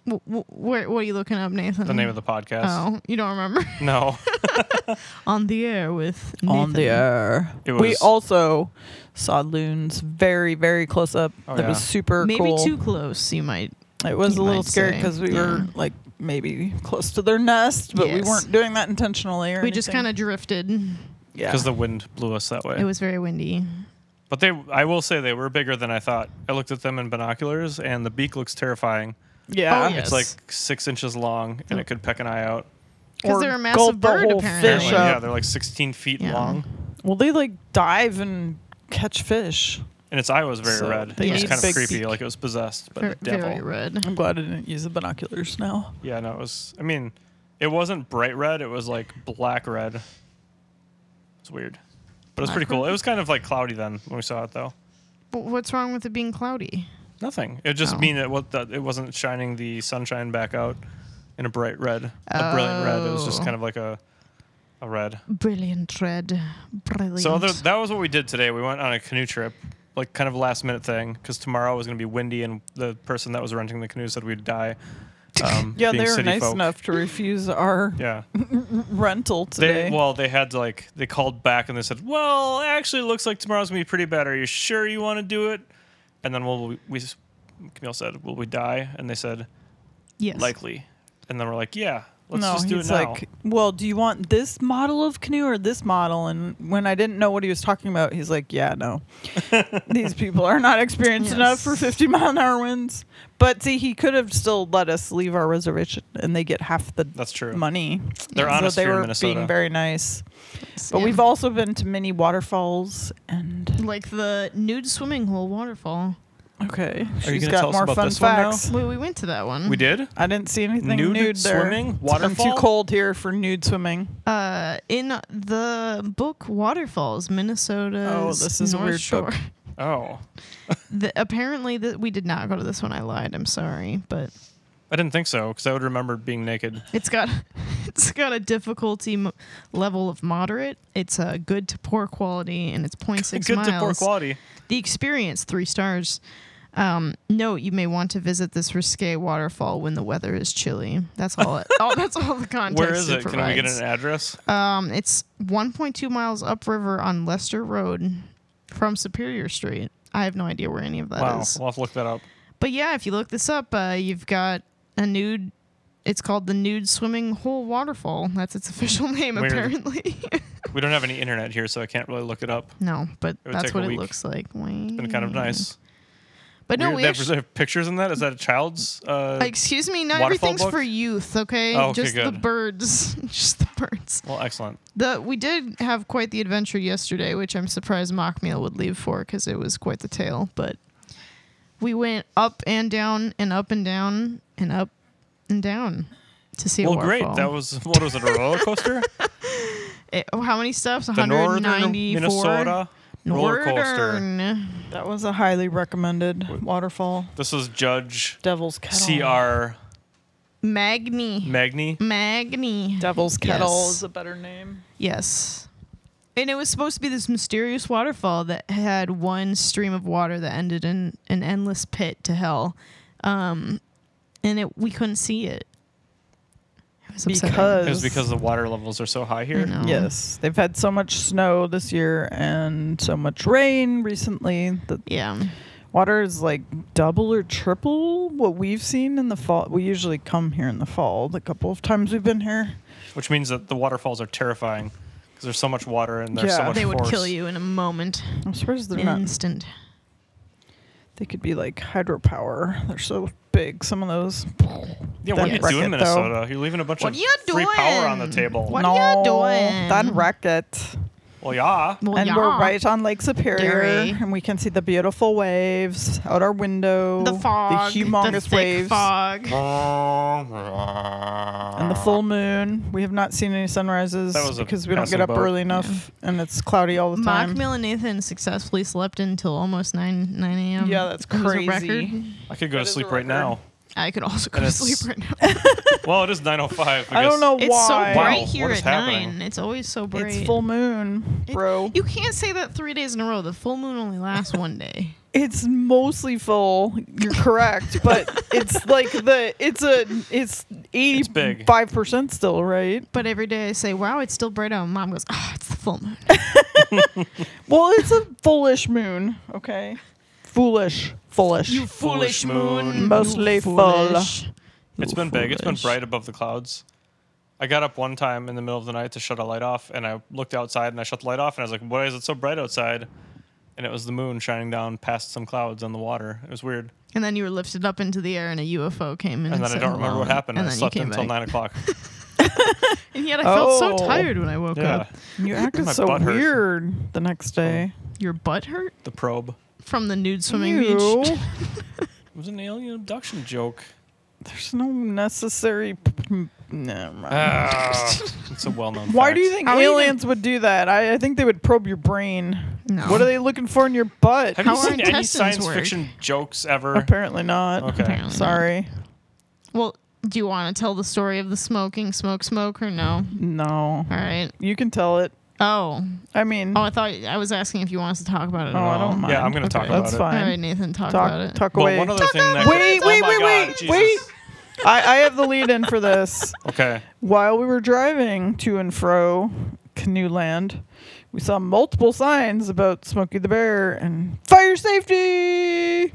Speaker 1: W- w- where, what are you looking up, Nathan?
Speaker 2: The name of the podcast.
Speaker 1: Oh, you don't remember?
Speaker 2: No,
Speaker 1: on the air with Nathan.
Speaker 3: On the air.
Speaker 2: It
Speaker 3: we
Speaker 2: was-
Speaker 3: also saw loons very, very close up.
Speaker 2: Oh,
Speaker 3: that
Speaker 2: yeah.
Speaker 3: was super
Speaker 1: Maybe
Speaker 3: cool.
Speaker 1: too close. You might.
Speaker 3: it was
Speaker 1: you
Speaker 3: a little
Speaker 1: might
Speaker 3: scary
Speaker 1: say.
Speaker 3: because we were
Speaker 1: Yeah.
Speaker 3: like maybe close to their nest, but we
Speaker 1: Yes.
Speaker 3: weren't doing that intentionally. Or
Speaker 1: We just kind
Speaker 3: anything.
Speaker 1: of drifted.
Speaker 3: yeah.
Speaker 2: because the wind blew us that way.
Speaker 1: It was very windy.
Speaker 2: But they, I will say, they were bigger than I thought. I looked at them in binoculars, and the beak looks terrifying.
Speaker 3: yeah.
Speaker 1: Oh, yeah.
Speaker 2: It's
Speaker 1: Yes.
Speaker 2: like six inches long, and it could peck an eye out.
Speaker 1: Because
Speaker 3: Or
Speaker 1: they're a
Speaker 3: gulp
Speaker 1: massive
Speaker 3: the
Speaker 1: bird,
Speaker 3: whole
Speaker 1: apparently.
Speaker 3: fish
Speaker 2: Apparently, yeah,
Speaker 3: up.
Speaker 2: they're like 16 feet
Speaker 1: Yeah.
Speaker 2: long,
Speaker 3: Well, they like dive and catch fish.
Speaker 2: and its eye was very
Speaker 3: So
Speaker 2: red.
Speaker 3: they
Speaker 2: It was
Speaker 1: need
Speaker 2: kind of
Speaker 1: big
Speaker 2: creepy,
Speaker 3: beak.
Speaker 2: like it was possessed by
Speaker 1: Ver-
Speaker 2: the devil.
Speaker 1: very red.
Speaker 3: I'm glad I didn't use the binoculars now.
Speaker 2: Yeah, no, it was. I mean, it wasn't bright red. It was like black red. It's weird, but it was
Speaker 1: Black
Speaker 2: pretty cool.
Speaker 1: red.
Speaker 2: It was kind of like cloudy then when we saw it, though.
Speaker 1: But what's wrong with it being cloudy?
Speaker 2: Nothing. It just
Speaker 1: Oh.
Speaker 2: mean that what that it wasn't shining the sunshine back out in a bright red, a brilliant red. It was just
Speaker 1: Oh.
Speaker 2: kind of like a a red.
Speaker 1: Brilliant red. Brilliant.
Speaker 2: So other, that was what we did today. We went on a canoe trip, like kind of last minute thing, because tomorrow was going to be windy, and the person that was renting the canoe said we'd die. Um,
Speaker 3: Yeah,
Speaker 2: being
Speaker 3: they were
Speaker 2: city
Speaker 3: nice
Speaker 2: folk.
Speaker 3: enough to refuse our
Speaker 2: Yeah,
Speaker 3: rental today.
Speaker 2: they well, they had to like they called back and they said, "Well, actually, it looks like tomorrow's going to be pretty bad. Are you sure you want to do it?" And then we'll, we, we s- Camille said, "Will we die?" And they said,
Speaker 1: yes.
Speaker 2: "Likely." And then we're like, "Yeah, let's
Speaker 3: no,
Speaker 2: just do it
Speaker 3: he's
Speaker 2: now."
Speaker 3: like, well, do you want this model of canoe or this model? And when I didn't know what he was talking about, he's like, yeah, no, these people are not experienced enough for
Speaker 1: Yes.
Speaker 3: 50 mile an hour winds. But see, he could have still let us leave our reservation, and they get half the
Speaker 2: That's true.
Speaker 3: money.
Speaker 2: They're honest
Speaker 3: so they
Speaker 2: here in
Speaker 3: were
Speaker 2: Minnesota.
Speaker 3: being very nice. But
Speaker 1: Yeah.
Speaker 3: we've also been to many waterfalls and
Speaker 1: like the nude swimming hole waterfall.
Speaker 3: okay,
Speaker 2: you
Speaker 3: she's
Speaker 2: gonna
Speaker 3: got
Speaker 2: tell us
Speaker 3: more
Speaker 2: about
Speaker 3: fun
Speaker 2: this one now?
Speaker 3: facts.
Speaker 1: Wait, we went to that one.
Speaker 2: we did.
Speaker 3: I didn't see anything
Speaker 2: Nude
Speaker 3: nude, there.
Speaker 2: swimming?
Speaker 3: It's
Speaker 2: Waterfall?
Speaker 3: too cold here for nude swimming.
Speaker 1: Uh, in the book Waterfalls, Minnesota.
Speaker 3: Oh, this is a
Speaker 1: North
Speaker 3: weird
Speaker 1: Shore.
Speaker 3: book.
Speaker 2: Oh,
Speaker 1: The, apparently, that we did not go to this one. I lied. I'm sorry, but
Speaker 2: I didn't think so because I would remember being naked.
Speaker 1: it's got it's got a difficulty m- level of moderate. It's a uh, good to poor quality, and it's 0.6
Speaker 2: Good
Speaker 1: miles.
Speaker 2: to poor quality.
Speaker 1: The experience, three stars. Um, no, you may want to visit this risque waterfall when the weather is chilly. That's all. It, oh, that's all the context.
Speaker 2: Where is it? Can we get
Speaker 1: provides.
Speaker 2: an address?
Speaker 1: Um, it's 1.2 miles upriver on Lester Road from Superior Street. I have no idea where any of that is.
Speaker 2: wow, we'll have to look that up.
Speaker 1: But yeah, if you look this up, uh, you've got a nude. It's called the Nude Swimming Hole Waterfall. That's its official name,
Speaker 2: Weird.
Speaker 1: apparently.
Speaker 2: We don't have any internet here, so I can't really look it up.
Speaker 1: no, but
Speaker 2: would
Speaker 1: that's
Speaker 2: take a
Speaker 1: what it
Speaker 2: week.
Speaker 1: looks like.
Speaker 2: It's been kind of nice.
Speaker 1: But no,
Speaker 2: Weird
Speaker 1: we
Speaker 2: that
Speaker 1: actu-
Speaker 2: they have pictures in that. Is that a child's? Uh,
Speaker 1: excuse me, not
Speaker 2: waterfall
Speaker 1: everything's
Speaker 2: book?
Speaker 1: for youth, okay?
Speaker 2: Oh, okay,
Speaker 1: Just the
Speaker 2: good.
Speaker 1: birds. Just the birds.
Speaker 2: well, excellent.
Speaker 1: The we did have quite the adventure yesterday, which I'm surprised Mock Meal would leave for because it was quite the tale. But we went up and down and up and down and up and down to see
Speaker 2: Well,
Speaker 1: a
Speaker 2: great.
Speaker 1: waterfall.
Speaker 2: That was what was it? A roller coaster?
Speaker 1: Eh, oh, how many stops?
Speaker 2: the northern
Speaker 1: 194.
Speaker 2: Minnesota roller coaster.
Speaker 1: Northern.
Speaker 3: That was a highly recommended waterfall.
Speaker 2: This was Judge
Speaker 3: Devil's Kettle.
Speaker 2: C.R.
Speaker 1: Magni.
Speaker 2: Magny.
Speaker 1: Magni.
Speaker 3: Devil's Kettle
Speaker 1: Yes.
Speaker 3: is a better name.
Speaker 1: Yes. And it was supposed to be this mysterious waterfall that had one stream of water that ended in an endless pit to hell. Um, and it we couldn't see it. It was upsetting.
Speaker 3: Because-
Speaker 2: It was because the water levels are so high
Speaker 1: I
Speaker 2: here.
Speaker 1: know.
Speaker 3: Yes, they've had so much snow this year and so much rain recently that
Speaker 1: Yeah.
Speaker 3: water is like double or triple what we've seen in the fall. We usually come here in the fall. The couple of times we've been here,
Speaker 2: Which means that the waterfalls are terrifying because there's so much water and there's so
Speaker 3: Yeah.
Speaker 2: much
Speaker 1: They would
Speaker 2: force.
Speaker 1: kill you in a moment.
Speaker 3: I'm surprised they're
Speaker 1: in an
Speaker 3: not.
Speaker 1: instant.
Speaker 3: They could be like hydropower. They're so big. Some of those.
Speaker 2: Yeah, what
Speaker 3: That'd
Speaker 2: are you
Speaker 3: wreck
Speaker 2: doing,
Speaker 3: it, though.
Speaker 2: Minnesota? You're leaving a bunch
Speaker 1: What
Speaker 2: of
Speaker 1: are you
Speaker 2: free power on the
Speaker 1: doing?
Speaker 2: table.
Speaker 1: What-
Speaker 3: no,
Speaker 1: are you doing?
Speaker 3: That wreck it.
Speaker 2: Well, yeah.
Speaker 1: Well,
Speaker 3: and
Speaker 1: yeah.
Speaker 3: we're right on Lake Superior,
Speaker 1: Dairy.
Speaker 3: and we can see the beautiful waves out our window.
Speaker 1: The fog.
Speaker 3: the humongous
Speaker 1: the thick
Speaker 3: waves,
Speaker 1: fog.
Speaker 3: and the full moon. We have not seen any sunrises
Speaker 2: Ah. That was a
Speaker 3: because we don't
Speaker 2: passing
Speaker 3: get up
Speaker 2: boat.
Speaker 3: early enough, and it's cloudy all the
Speaker 1: Mock
Speaker 3: time.
Speaker 1: Mill and Nathan successfully slept until almost 9 9 a.m.
Speaker 3: Yeah, that's
Speaker 1: It was a
Speaker 3: crazy.
Speaker 1: record.
Speaker 2: I could go
Speaker 3: That
Speaker 2: to
Speaker 3: is a
Speaker 2: sleep right
Speaker 3: record.
Speaker 2: now.
Speaker 1: I could also go
Speaker 2: And
Speaker 1: to
Speaker 2: it's-
Speaker 1: sleep right now.
Speaker 2: Well, it is 9:05.
Speaker 3: I don't
Speaker 2: guess.
Speaker 3: know
Speaker 1: It's
Speaker 3: why.
Speaker 1: so bright
Speaker 2: Wow,
Speaker 1: here
Speaker 2: what is
Speaker 1: at
Speaker 2: happening?
Speaker 1: 9. It's always so bright.
Speaker 3: It's full moon,
Speaker 1: It-
Speaker 3: bro.
Speaker 1: You can't say that three days in a row. The full moon only lasts one day.
Speaker 3: it's mostly full. You're correct, but it's like the it's a it's
Speaker 2: big.
Speaker 3: eighty five percent still, right?
Speaker 1: But every day I say, wow, it's still bright out. Mom goes, oh, it's the full moon.
Speaker 3: Well, it's a foolish moon. Okay, foolish, foolish.
Speaker 2: Foolish moon.
Speaker 3: Mostly
Speaker 1: You foolish.
Speaker 2: It's
Speaker 1: You
Speaker 2: been big. It's been
Speaker 1: foolish.
Speaker 2: bright above the clouds. I got up one time in the middle of the night to shut a light off, and I looked outside and I shut the light off, and I was like, "Why is it so bright outside?" And it was the moon shining down past some clouds on the water. It was weird,
Speaker 1: And then you were lifted up into the air and a UFO came in.
Speaker 2: and then I
Speaker 1: said
Speaker 2: don't remember
Speaker 1: hello.
Speaker 2: what happened.
Speaker 1: And
Speaker 2: I
Speaker 1: then you
Speaker 2: slept
Speaker 1: came
Speaker 2: until
Speaker 1: back.
Speaker 2: nine o'clock.
Speaker 1: And yet I felt so
Speaker 3: Oh.
Speaker 1: tired when I woke
Speaker 2: yeah,
Speaker 1: up.
Speaker 3: You acted
Speaker 2: My
Speaker 3: so
Speaker 2: butt hurt.
Speaker 3: weird the next day.
Speaker 1: Your butt hurt
Speaker 2: the probe.
Speaker 1: from the nude swimming
Speaker 3: Ew.
Speaker 1: beach.
Speaker 2: It was an alien abduction joke.
Speaker 3: There's no necessary. p- p- Never mind.
Speaker 2: Ah,
Speaker 1: Ah.
Speaker 2: it's a well-known.
Speaker 3: Why
Speaker 2: fact.
Speaker 3: do you think
Speaker 1: How even-
Speaker 3: aliens would do that? I, I think they would probe your brain.
Speaker 1: No.
Speaker 3: What are they looking for in your butt?
Speaker 2: Have
Speaker 1: How
Speaker 2: you
Speaker 1: our
Speaker 2: seen any
Speaker 1: intestines
Speaker 2: science
Speaker 1: work.
Speaker 2: fiction jokes ever?
Speaker 3: Apparently not.
Speaker 2: Okay.
Speaker 1: Apparently not.
Speaker 3: Sorry.
Speaker 1: Well, Do you want to tell the story of the smoking smoke smoke or no?
Speaker 3: No.
Speaker 1: All right.
Speaker 3: You can tell it.
Speaker 1: Oh,
Speaker 3: I mean,
Speaker 1: oh, I thought I was asking if you want us to talk about it. at
Speaker 3: Oh, I
Speaker 1: all.
Speaker 3: don't mind.
Speaker 2: Yeah, I'm gonna talk
Speaker 1: Okay.
Speaker 2: about
Speaker 3: That's
Speaker 2: it.
Speaker 3: fine.
Speaker 1: All right, Nathan, talk, about
Speaker 3: talk,
Speaker 1: it.
Speaker 3: tuck
Speaker 2: But
Speaker 3: away.
Speaker 2: one other thing that
Speaker 3: Wait, wait,
Speaker 2: oh my
Speaker 3: wait,
Speaker 2: God,
Speaker 3: wait,
Speaker 2: Jesus.
Speaker 3: wait. I, I have the lead in for this.
Speaker 2: Okay.
Speaker 3: While we were driving to and fro Canoe Land, we saw multiple signs about Smokey the Bear and fire safety.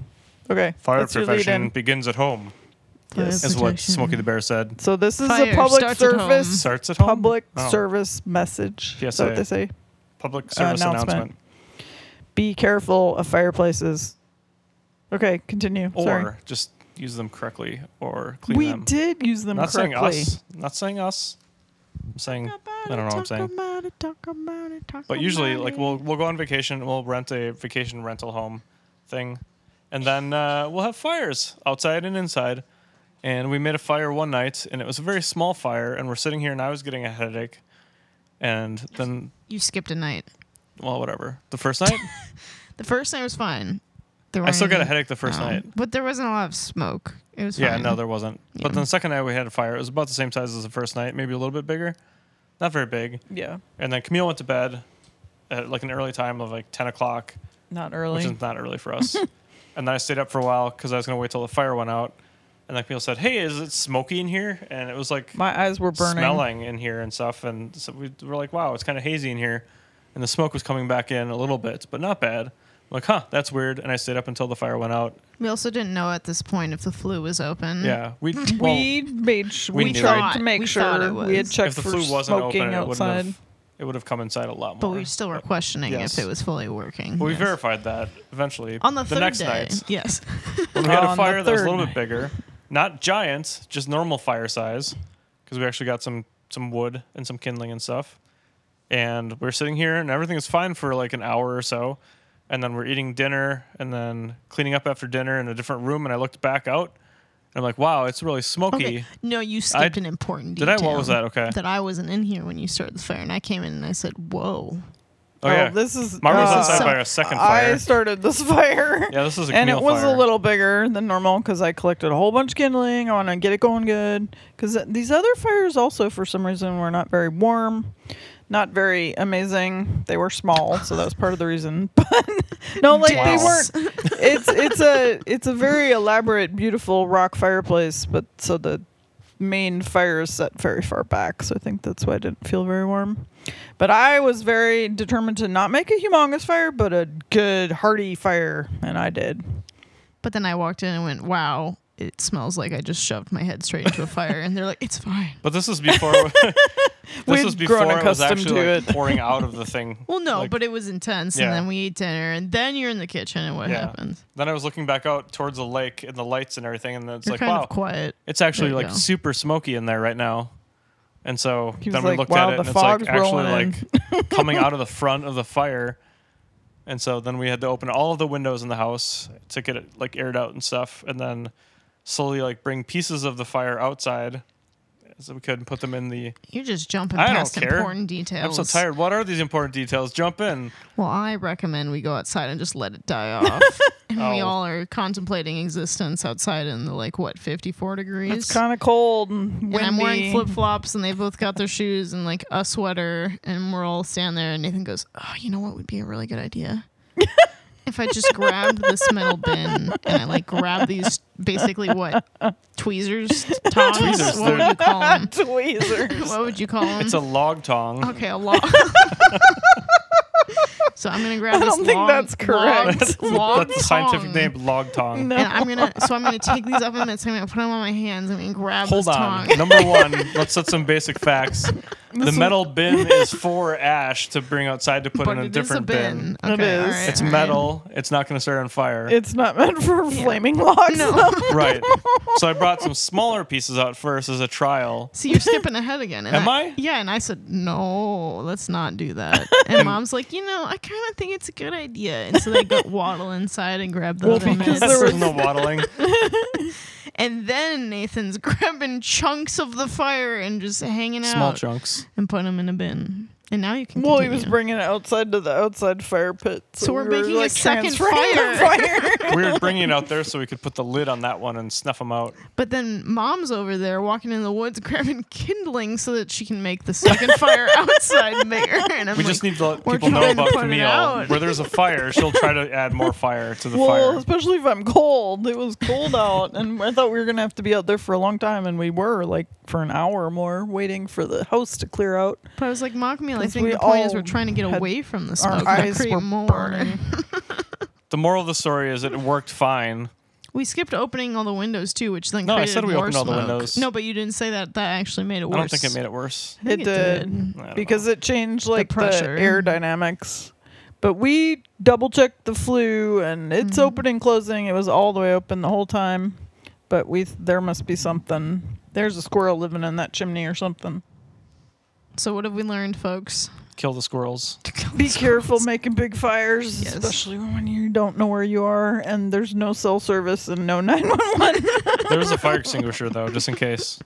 Speaker 3: Okay,
Speaker 2: Fire
Speaker 3: that's your lead
Speaker 2: prevention
Speaker 3: in.
Speaker 2: begins at home,
Speaker 1: Yes.
Speaker 2: is what Smokey the Bear said.
Speaker 3: So this is
Speaker 1: Fire
Speaker 3: a public
Speaker 1: starts at home.
Speaker 3: service
Speaker 2: Starts at home.
Speaker 3: public
Speaker 2: Oh,
Speaker 3: service message. Is that
Speaker 2: PSA.
Speaker 3: what they say?
Speaker 2: Public service
Speaker 3: announcement.
Speaker 2: announcement.
Speaker 3: Be careful of fireplaces. Okay, continue.
Speaker 2: Or
Speaker 3: Sorry.
Speaker 2: just use them correctly or clean
Speaker 3: We
Speaker 2: them.
Speaker 3: did use them
Speaker 2: Not saying
Speaker 3: correctly.
Speaker 2: us. Not saying us. I'm saying I don't know what I'm saying.
Speaker 1: About it, talk about it, talk
Speaker 2: But usually,
Speaker 1: about
Speaker 2: like
Speaker 1: it.
Speaker 2: we'll we'll go on vacation, we'll rent a vacation rental home thing, and then uh, we'll have fires outside and inside. And we made a fire one night, and it was a very small fire. And we're sitting here, and I was getting a headache. And then,
Speaker 1: you skipped a night.
Speaker 2: well, whatever. The first night,
Speaker 1: The first night was fine.
Speaker 2: I still got a headache. The first night,
Speaker 1: but there wasn't a lot of smoke. It was
Speaker 2: yeah,
Speaker 1: fine.
Speaker 2: no, there wasn't.
Speaker 1: Yeah.
Speaker 2: But then the second night we had a fire. It was about the same size as the first night, maybe a little bit bigger, not very big.
Speaker 3: Yeah,
Speaker 2: And then Camille went to bed at like an early time of like ten o'clock.
Speaker 3: not
Speaker 2: which
Speaker 3: early.
Speaker 2: is not early for us. and then I stayed up for a while because I was gonna wait till the fire went out. And like people said, "Hey, is it smoky in here?" And it was like
Speaker 3: My eyes were burning.
Speaker 2: smelling in here and stuff. And so we were like, "Wow, it's kind of hazy in here." And the smoke was coming back in a little bit, but not bad. I'm like, huh, that's weird. And I stayed up until the fire went out.
Speaker 1: We also didn't know at this point if the flu was open.
Speaker 2: Yeah, we well,
Speaker 3: Mm-hmm. we made sh-
Speaker 2: we
Speaker 3: we,
Speaker 2: knew
Speaker 3: tried
Speaker 1: it.
Speaker 3: to make
Speaker 1: We thought
Speaker 3: sure
Speaker 1: it
Speaker 3: we had
Speaker 1: was.
Speaker 2: if
Speaker 3: checked
Speaker 2: the
Speaker 3: for
Speaker 2: flu wasn't
Speaker 3: smoking
Speaker 2: open, it wouldn't
Speaker 3: outside.
Speaker 2: have it would have come inside a lot
Speaker 1: But
Speaker 2: more.
Speaker 1: we still were questioning
Speaker 2: Uh, yes.
Speaker 1: if it was fully working.
Speaker 2: But we
Speaker 1: yes.
Speaker 2: verified that eventually
Speaker 1: on the, third
Speaker 2: next
Speaker 1: day.
Speaker 2: night.
Speaker 1: Yes.
Speaker 2: When we had
Speaker 3: On
Speaker 2: a
Speaker 3: the
Speaker 2: fire that was a
Speaker 3: third
Speaker 2: little bit
Speaker 3: night.
Speaker 2: bigger, not giant, just normal fire size, because we actually got some some wood and some kindling and stuff. And we're sitting here, and everything is fine for like an hour or so, and then we're eating dinner, and then cleaning up after dinner in a different room. And I looked back out, and I'm like, "Wow, it's really smoky."
Speaker 1: okay. No, you skipped an important
Speaker 2: Did I?
Speaker 1: detail.
Speaker 2: What was that? Okay.
Speaker 1: That I wasn't in here when you started the fire, and I came in and I said, "Whoa."
Speaker 2: Oh yeah,
Speaker 3: this is
Speaker 2: Mark was
Speaker 1: uh,
Speaker 2: inside
Speaker 1: so-
Speaker 2: by a second
Speaker 3: I
Speaker 2: fire.
Speaker 3: started this fire.
Speaker 2: Yeah, this is a
Speaker 3: and it
Speaker 2: Camille
Speaker 3: was
Speaker 2: fire.
Speaker 3: a little bigger than normal because I collected a whole bunch of kindling. I want to get it going good because these other fires also, for some reason, were not very warm, not very amazing. They were small, so that was part of the reason. But no, like
Speaker 2: Wow.
Speaker 3: they weren't. It's it's a it's a very elaborate, beautiful rock fireplace, but so the main fire is set very far back, so I think that's why it didn't feel very warm. But I was very determined to not make a humongous fire, but a good hearty fire, and I did.
Speaker 1: But then I walked in and went, "Wow." It smells like I just shoved my head straight into a fire, and they're like, "It's fine."
Speaker 2: But this is before. this
Speaker 3: We'd
Speaker 2: was before
Speaker 3: grown
Speaker 2: it was
Speaker 3: accustomed
Speaker 2: actually
Speaker 3: to
Speaker 2: like,
Speaker 3: it.
Speaker 2: pouring out of the thing.
Speaker 1: Well, no,
Speaker 2: like,
Speaker 1: but it was intense,
Speaker 2: Yeah.
Speaker 1: and then we ate dinner, and then you're in the kitchen, and what
Speaker 2: Yeah.
Speaker 1: happens?
Speaker 2: Then I was looking back out towards the lake and the lights and everything, and then it's
Speaker 1: You're
Speaker 2: like,
Speaker 1: kind
Speaker 2: wow,
Speaker 1: of quiet.
Speaker 2: it's actually
Speaker 1: There you
Speaker 2: like
Speaker 1: go.
Speaker 2: super smoky in there right now. And so
Speaker 3: He was
Speaker 2: then we
Speaker 3: like,
Speaker 2: looked
Speaker 3: wow,
Speaker 2: at it, and
Speaker 3: the
Speaker 2: it's like
Speaker 3: fog's
Speaker 2: actually
Speaker 3: rolling
Speaker 2: like coming out of the front of the fire. And so then we had to open all of the windows in the house to get it like aired out and stuff, and then slowly like bring pieces of the fire outside so we could and put them in the.
Speaker 1: You're just jumping
Speaker 2: I don't
Speaker 1: past
Speaker 2: care.
Speaker 1: important details.
Speaker 2: I'm so tired. What are these important details? Jump in.
Speaker 1: Well, I recommend we go outside and just let it die off. and we
Speaker 2: Oh.
Speaker 1: all are contemplating existence outside in the like what 54 degrees.
Speaker 3: It's kind of cold and
Speaker 1: and
Speaker 3: windy.
Speaker 1: I'm wearing flip flops, and they both got their shoes and like a sweater, and we're all standing there. And Nathan goes, "Oh, you know what would be a really good idea? if I just grabbed this metal bin and I like grabbed these basically what tweezers, tongs, what
Speaker 2: Tweezers,
Speaker 1: would
Speaker 2: they're-
Speaker 1: you call them?
Speaker 3: tweezers.
Speaker 1: What would you call them?
Speaker 2: It's a log tong.
Speaker 1: okay, a log." so I'm gonna grab.
Speaker 3: I
Speaker 1: this
Speaker 3: don't think
Speaker 1: long-
Speaker 3: that's
Speaker 1: Logged,
Speaker 3: correct.
Speaker 1: logged
Speaker 2: That's the
Speaker 1: tong.
Speaker 2: scientific name, log tong.
Speaker 1: And I'm gonna, so I'm gonna take these up in minutes. I'm gonna put them on my hands. I'm gonna grab
Speaker 2: Hold
Speaker 1: this
Speaker 2: on.
Speaker 1: tong.
Speaker 2: Number one, let's set some basic facts. The metal bin is for ash to bring outside to put
Speaker 1: But
Speaker 2: in a
Speaker 1: it is a
Speaker 2: different bin.
Speaker 1: bin. Okay,
Speaker 3: It
Speaker 1: all
Speaker 3: is.
Speaker 1: right,
Speaker 2: It's
Speaker 1: all right.
Speaker 2: metal. It's not going to start on fire.
Speaker 3: It's not meant for flaming logs.
Speaker 1: No.
Speaker 2: right. So I brought some smaller pieces out first as a trial.
Speaker 1: See, you're skipping ahead again. And
Speaker 2: Am I?
Speaker 1: Yeah, and I said, no, let's not do that. And mom's like, you know, I kind of think it's a good idea. And so they go waddle inside and grab the
Speaker 3: Well,
Speaker 1: other mitts.
Speaker 3: because there
Speaker 2: There's
Speaker 3: was-
Speaker 2: no waddling.
Speaker 1: And then Nathan's grabbing chunks of the fire and just hanging
Speaker 2: Small
Speaker 1: out
Speaker 2: chunks.
Speaker 1: and putting them in a bin. And now you can.
Speaker 3: Well, he was
Speaker 1: continue.
Speaker 3: bringing it outside to the outside fire pit.
Speaker 1: So we're making a second
Speaker 3: transferring the fire.
Speaker 2: We were bringing it out there so we could put the lid on that one and snuff them out.
Speaker 1: But then mom's over there walking in the woods grabbing kindling so that she can make the second fire outside bigger. And I'm
Speaker 2: We
Speaker 1: like,
Speaker 2: just need to let
Speaker 1: we're
Speaker 2: people know
Speaker 1: trying to
Speaker 2: about
Speaker 1: put it
Speaker 2: Camille.
Speaker 1: out.
Speaker 2: Where there's a fire, she'll try to add more fire to the
Speaker 3: well,
Speaker 2: fire.
Speaker 3: especially if I'm cold. It was cold out, and I thought we were gonna have to be out there for a long time, and we were like for an hour or more waiting for the house to clear out.
Speaker 1: But I was like, mock meal. I
Speaker 3: 'Cause
Speaker 1: think
Speaker 3: we
Speaker 1: the point is
Speaker 3: all
Speaker 1: we're trying to get
Speaker 3: had-
Speaker 1: away from the
Speaker 3: Our
Speaker 1: smoke. not
Speaker 3: eyes
Speaker 1: create
Speaker 3: were
Speaker 1: more.
Speaker 3: burning.
Speaker 2: The moral of the story is it worked fine.
Speaker 1: We skipped opening all the windows too, which then
Speaker 2: No, I
Speaker 1: created
Speaker 2: said we
Speaker 1: more
Speaker 2: opened all the
Speaker 1: smoke.
Speaker 2: windows.
Speaker 1: No, but you didn't say that. That actually made it worse.
Speaker 2: I don't think it made it worse.
Speaker 1: I think
Speaker 3: It
Speaker 1: it Mm-hmm.
Speaker 3: did.
Speaker 2: I don't
Speaker 3: because it changed like the,
Speaker 1: pressure.
Speaker 3: air dynamics. But we double checked the flue, and it's
Speaker 1: Mm-hmm.
Speaker 3: opening, closing. It was all the way open the whole time. But we there must be something. There's a squirrel living in that chimney or something.
Speaker 1: So what have we learned, folks?
Speaker 2: know. kill the squirrels.
Speaker 3: Be careful making big fires,
Speaker 1: Yes.
Speaker 3: especially when you don't know where you are and there's no cell service and no 911.
Speaker 2: There's a fire extinguisher though, just in case.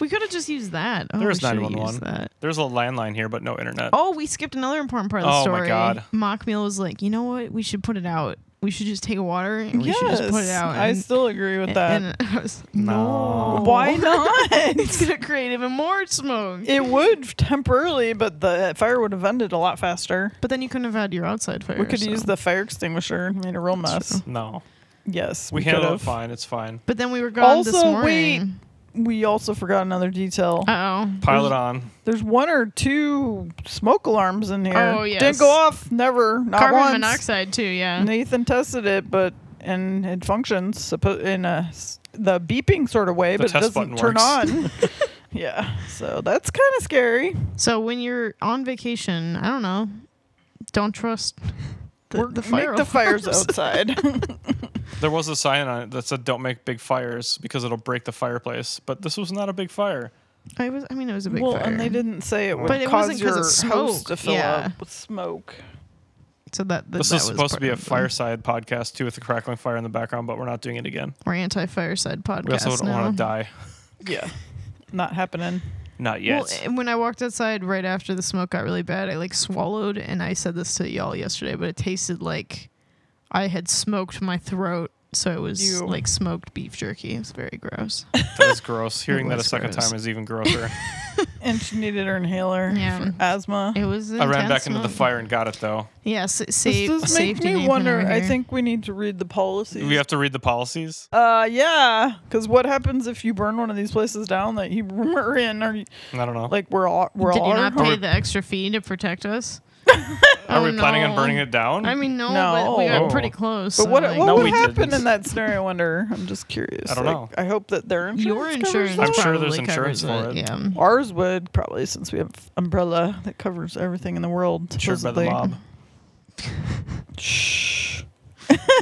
Speaker 1: We could have just used that. Oh,
Speaker 2: There is
Speaker 1: we should've
Speaker 2: 911.
Speaker 1: used that.
Speaker 2: There's a landline here, but no internet.
Speaker 1: Oh, we skipped another important part of the
Speaker 2: Oh my
Speaker 1: story.
Speaker 2: God.
Speaker 1: Mock meal was like, you know what? We should put it out. We should just take water and we should just put it out.
Speaker 3: I
Speaker 1: and-
Speaker 3: still agree with that.
Speaker 1: And I was like,
Speaker 2: No.
Speaker 1: no.
Speaker 3: Why not?
Speaker 1: It's gonna create even more smoke.
Speaker 3: It would temporarily, but the fire would have ended a lot faster.
Speaker 1: but then you couldn't have had your outside fire.
Speaker 3: We could
Speaker 1: so-
Speaker 3: use the fire extinguisher and made a real mess.
Speaker 2: No,
Speaker 3: Yes,
Speaker 2: we,
Speaker 3: could
Speaker 2: handled it
Speaker 3: have.
Speaker 2: fine. It's fine.
Speaker 1: But then we were gone this
Speaker 3: Also, wait.
Speaker 1: morning.
Speaker 3: We also forgot another detail.
Speaker 1: Uh oh.
Speaker 2: Pile it on.
Speaker 3: There's one or two smoke alarms in here.
Speaker 1: Oh,
Speaker 3: Didn't
Speaker 1: yes.
Speaker 3: go off. Never. Not
Speaker 1: Carbon
Speaker 3: once.
Speaker 1: monoxide too. Yeah.
Speaker 3: Nathan tested it, but and it functions suppo- in a s- the beeping sort of way,
Speaker 2: The
Speaker 3: but it
Speaker 2: test button
Speaker 3: doesn't turn
Speaker 2: works.
Speaker 3: on. yeah, so that's kind of scary.
Speaker 1: So when you're on vacation, I don't know. Don't trust the,
Speaker 3: We're-
Speaker 1: the fire.
Speaker 3: make the fires
Speaker 1: alarms.
Speaker 3: outside.
Speaker 2: There was a sign on it that said "Don't make big fires because it'll break the fireplace." But this was not a big fire.
Speaker 1: I was. I mean, it was a big
Speaker 3: well,
Speaker 1: fire.
Speaker 3: and they didn't say it would
Speaker 1: But it
Speaker 3: because
Speaker 1: wasn't 'cause
Speaker 3: your
Speaker 1: of
Speaker 3: house
Speaker 1: smoke,
Speaker 3: to fill
Speaker 1: yeah.
Speaker 3: up with smoke.
Speaker 1: So that, that
Speaker 2: This
Speaker 1: that
Speaker 2: is supposed
Speaker 1: part
Speaker 2: to be a
Speaker 1: of the-
Speaker 2: fireside podcast too, with a crackling fire in the background, but we're not doing it again.
Speaker 1: We're anti-fireside podcast
Speaker 2: We also don't
Speaker 1: now.
Speaker 2: want to die.
Speaker 3: Yeah, not happening.
Speaker 2: Not
Speaker 1: Well,
Speaker 2: yet.
Speaker 1: and when I walked outside right after the smoke got really bad, I like swallowed, and I said this to y'all yesterday, but it tasted like I had smoked my throat, so it was
Speaker 3: Ew.
Speaker 1: like smoked beef jerky. It was very gross.
Speaker 2: that is gross. Hearing that a
Speaker 1: was
Speaker 2: second
Speaker 1: gross.
Speaker 2: time is even grosser.
Speaker 3: And she needed her inhaler
Speaker 1: Yeah.
Speaker 3: for asthma.
Speaker 1: It was.
Speaker 2: I ran
Speaker 1: intense
Speaker 2: back into the
Speaker 1: smoke.
Speaker 2: fire and got it though.
Speaker 1: Yes, yeah, sa-
Speaker 3: This
Speaker 1: save,
Speaker 3: does make
Speaker 1: safety.
Speaker 3: me
Speaker 1: Nathan
Speaker 3: wonder.
Speaker 1: over
Speaker 3: I
Speaker 1: here.
Speaker 3: think we need to read the policies.
Speaker 2: We have to read the policies.
Speaker 3: Uh, yeah, because what happens if you burn one of these places down that you were in? Or
Speaker 2: I don't know.
Speaker 3: like we're all we're
Speaker 1: Did
Speaker 3: all
Speaker 1: you not pay
Speaker 3: home-
Speaker 1: the extra fee to protect us?
Speaker 2: Are
Speaker 1: Oh,
Speaker 2: we planning on
Speaker 1: no.
Speaker 2: burning it down? Oh.
Speaker 1: I mean, no, but we
Speaker 2: No.
Speaker 1: got pretty close.
Speaker 3: But
Speaker 1: so,
Speaker 3: what
Speaker 1: like,
Speaker 3: what
Speaker 2: No, we
Speaker 3: would happen
Speaker 2: didn't.
Speaker 3: in that scenario? I wonder. I'm just curious.
Speaker 2: I don't
Speaker 3: Like,
Speaker 2: know.
Speaker 3: I hope that their insurance.
Speaker 1: your
Speaker 3: covers
Speaker 1: insurance?
Speaker 3: that.
Speaker 2: I'm sure there's
Speaker 1: probably covers
Speaker 2: insurance for it.
Speaker 1: Yeah.
Speaker 3: Ours would probably since we have umbrella that covers everything in the world.
Speaker 2: Insured by the
Speaker 3: supposedly.
Speaker 2: mob.
Speaker 3: Shh.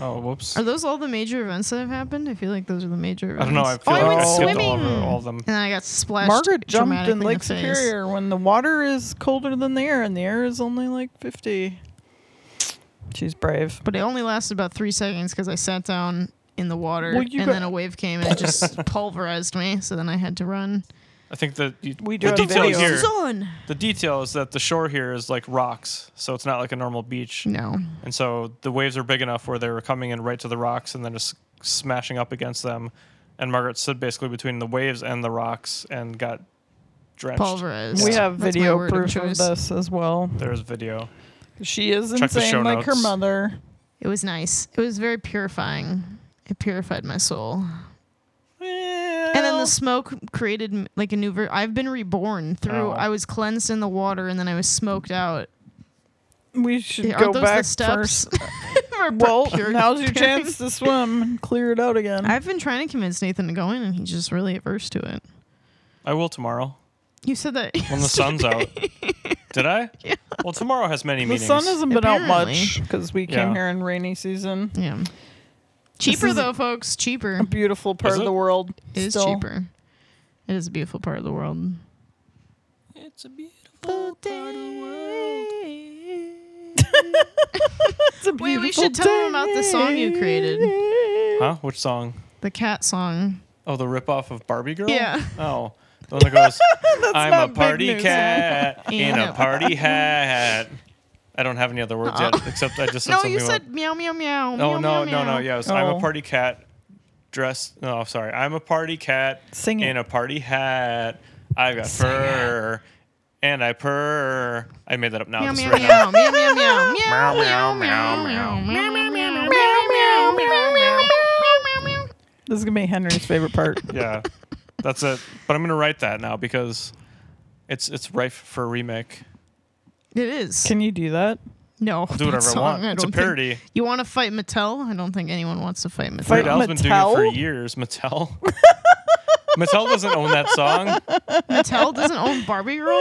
Speaker 2: Oh, whoops.
Speaker 1: Are those all the major events that have happened? I feel like those are the major events.
Speaker 2: I don't know. I feel
Speaker 1: oh,
Speaker 2: like
Speaker 1: I went
Speaker 2: I skipped
Speaker 1: swimming.
Speaker 2: all over all of them.
Speaker 1: And I got splashed.
Speaker 3: Margaret jumped
Speaker 1: dramatically
Speaker 3: in Lake
Speaker 1: the face.
Speaker 3: Superior when the water is colder than the air, and the air is only like 50. She's brave.
Speaker 1: But it only lasted about three seconds because I sat down in the water
Speaker 3: Well,
Speaker 1: and
Speaker 3: you got-
Speaker 1: then a wave came and it just pulverized me. So then I had to run.
Speaker 2: I think that you-
Speaker 3: We do
Speaker 2: the
Speaker 3: have
Speaker 2: detail
Speaker 3: videos.
Speaker 2: here.
Speaker 1: Zone.
Speaker 2: The detail is that the shore here is like rocks, so it's not like a normal beach,
Speaker 1: No.
Speaker 2: and so the waves are big enough where they were coming in right to the rocks and then just smashing up against them. And Margaret stood basically between the waves and the rocks and got drenched.
Speaker 1: Pulverized.
Speaker 3: We have
Speaker 1: That's my
Speaker 3: video
Speaker 1: word of
Speaker 3: proof of
Speaker 1: choice.
Speaker 3: this as well.
Speaker 2: There's video.
Speaker 3: She is
Speaker 2: Check the show
Speaker 3: insane like her
Speaker 2: notes.
Speaker 3: mother.
Speaker 1: It was nice. It was very purifying. It purified my soul. And then the smoke created m- like a new. Ver- I've been reborn through.
Speaker 2: Oh.
Speaker 1: I was cleansed in the water and then I was smoked out.
Speaker 3: we should
Speaker 1: Aren't
Speaker 3: go
Speaker 1: those
Speaker 3: back
Speaker 1: the steps?
Speaker 3: first.
Speaker 1: For pu-
Speaker 3: Well,
Speaker 1: pure-
Speaker 3: now's your
Speaker 1: purifying?
Speaker 3: chance to swim and clear it out again.
Speaker 1: I've been trying to convince Nathan to go in, and he's just really averse to it.
Speaker 2: I will tomorrow
Speaker 1: You said that
Speaker 2: when the sun's out. Did I?
Speaker 1: Yeah.
Speaker 2: Well, tomorrow has many
Speaker 3: the
Speaker 2: meetings.
Speaker 3: sun hasn't been out
Speaker 1: Apparently.
Speaker 3: much because we came
Speaker 2: Yeah.
Speaker 3: here in rainy season.
Speaker 1: Yeah. Cheaper
Speaker 3: is-
Speaker 1: though, folks. Cheaper.
Speaker 3: A beautiful part
Speaker 2: Is
Speaker 3: of
Speaker 2: it?
Speaker 3: the world.
Speaker 1: It is
Speaker 3: still.
Speaker 1: cheaper. It is a beautiful part of the world.
Speaker 2: it's a beautiful part of the world.
Speaker 3: It's a
Speaker 1: Wait, we
Speaker 3: beautiful
Speaker 1: should tell them about the song you created.
Speaker 3: day.
Speaker 2: Huh? Which song?
Speaker 1: The cat song.
Speaker 2: Oh, the ripoff of Barbie Girl?
Speaker 1: Yeah.
Speaker 2: Oh. The one that goes,
Speaker 3: not
Speaker 2: I'm a
Speaker 3: big
Speaker 2: party
Speaker 3: news.
Speaker 2: cat in
Speaker 1: Yeah.
Speaker 2: a party hat. I don't have any other words yet, except I just said
Speaker 1: Uh-uh. No,
Speaker 2: something.
Speaker 1: you
Speaker 2: about-
Speaker 1: said meow meow meow.
Speaker 2: Oh
Speaker 1: meow,
Speaker 2: no,
Speaker 1: meow,
Speaker 2: no, no!
Speaker 1: meow.
Speaker 2: Yes, I'm
Speaker 3: Oh.
Speaker 2: a party cat. Dressed? No, sorry. I'm a party cat.
Speaker 3: Sing it.
Speaker 2: in a party hat. I've got
Speaker 1: Sing it.
Speaker 2: fur, and I purr. I made that up now.
Speaker 1: Meow
Speaker 2: just
Speaker 1: meow
Speaker 2: right
Speaker 1: meow meow
Speaker 2: now.
Speaker 1: meow meow meow
Speaker 4: Meow, meow, meow,
Speaker 1: meow
Speaker 4: meow.
Speaker 1: meow meow meow meow meow meow meow meow.
Speaker 3: This is gonna be Henry's favorite part.
Speaker 2: Yeah, that's it. But I'm gonna write that now because it's it's rife for remake.
Speaker 1: It is.
Speaker 3: Can you do that?
Speaker 1: No.
Speaker 2: do whatever I
Speaker 1: song,
Speaker 2: want. It's a
Speaker 1: don't think-
Speaker 2: parody.
Speaker 1: You want to fight Mattel? I don't think anyone wants to fight Mattel.
Speaker 3: Fight
Speaker 2: Weird Al's been doing it for
Speaker 3: Mattel?
Speaker 2: years. Mattel. Mattel doesn't own that song.
Speaker 1: Mattel doesn't own Barbie Girl.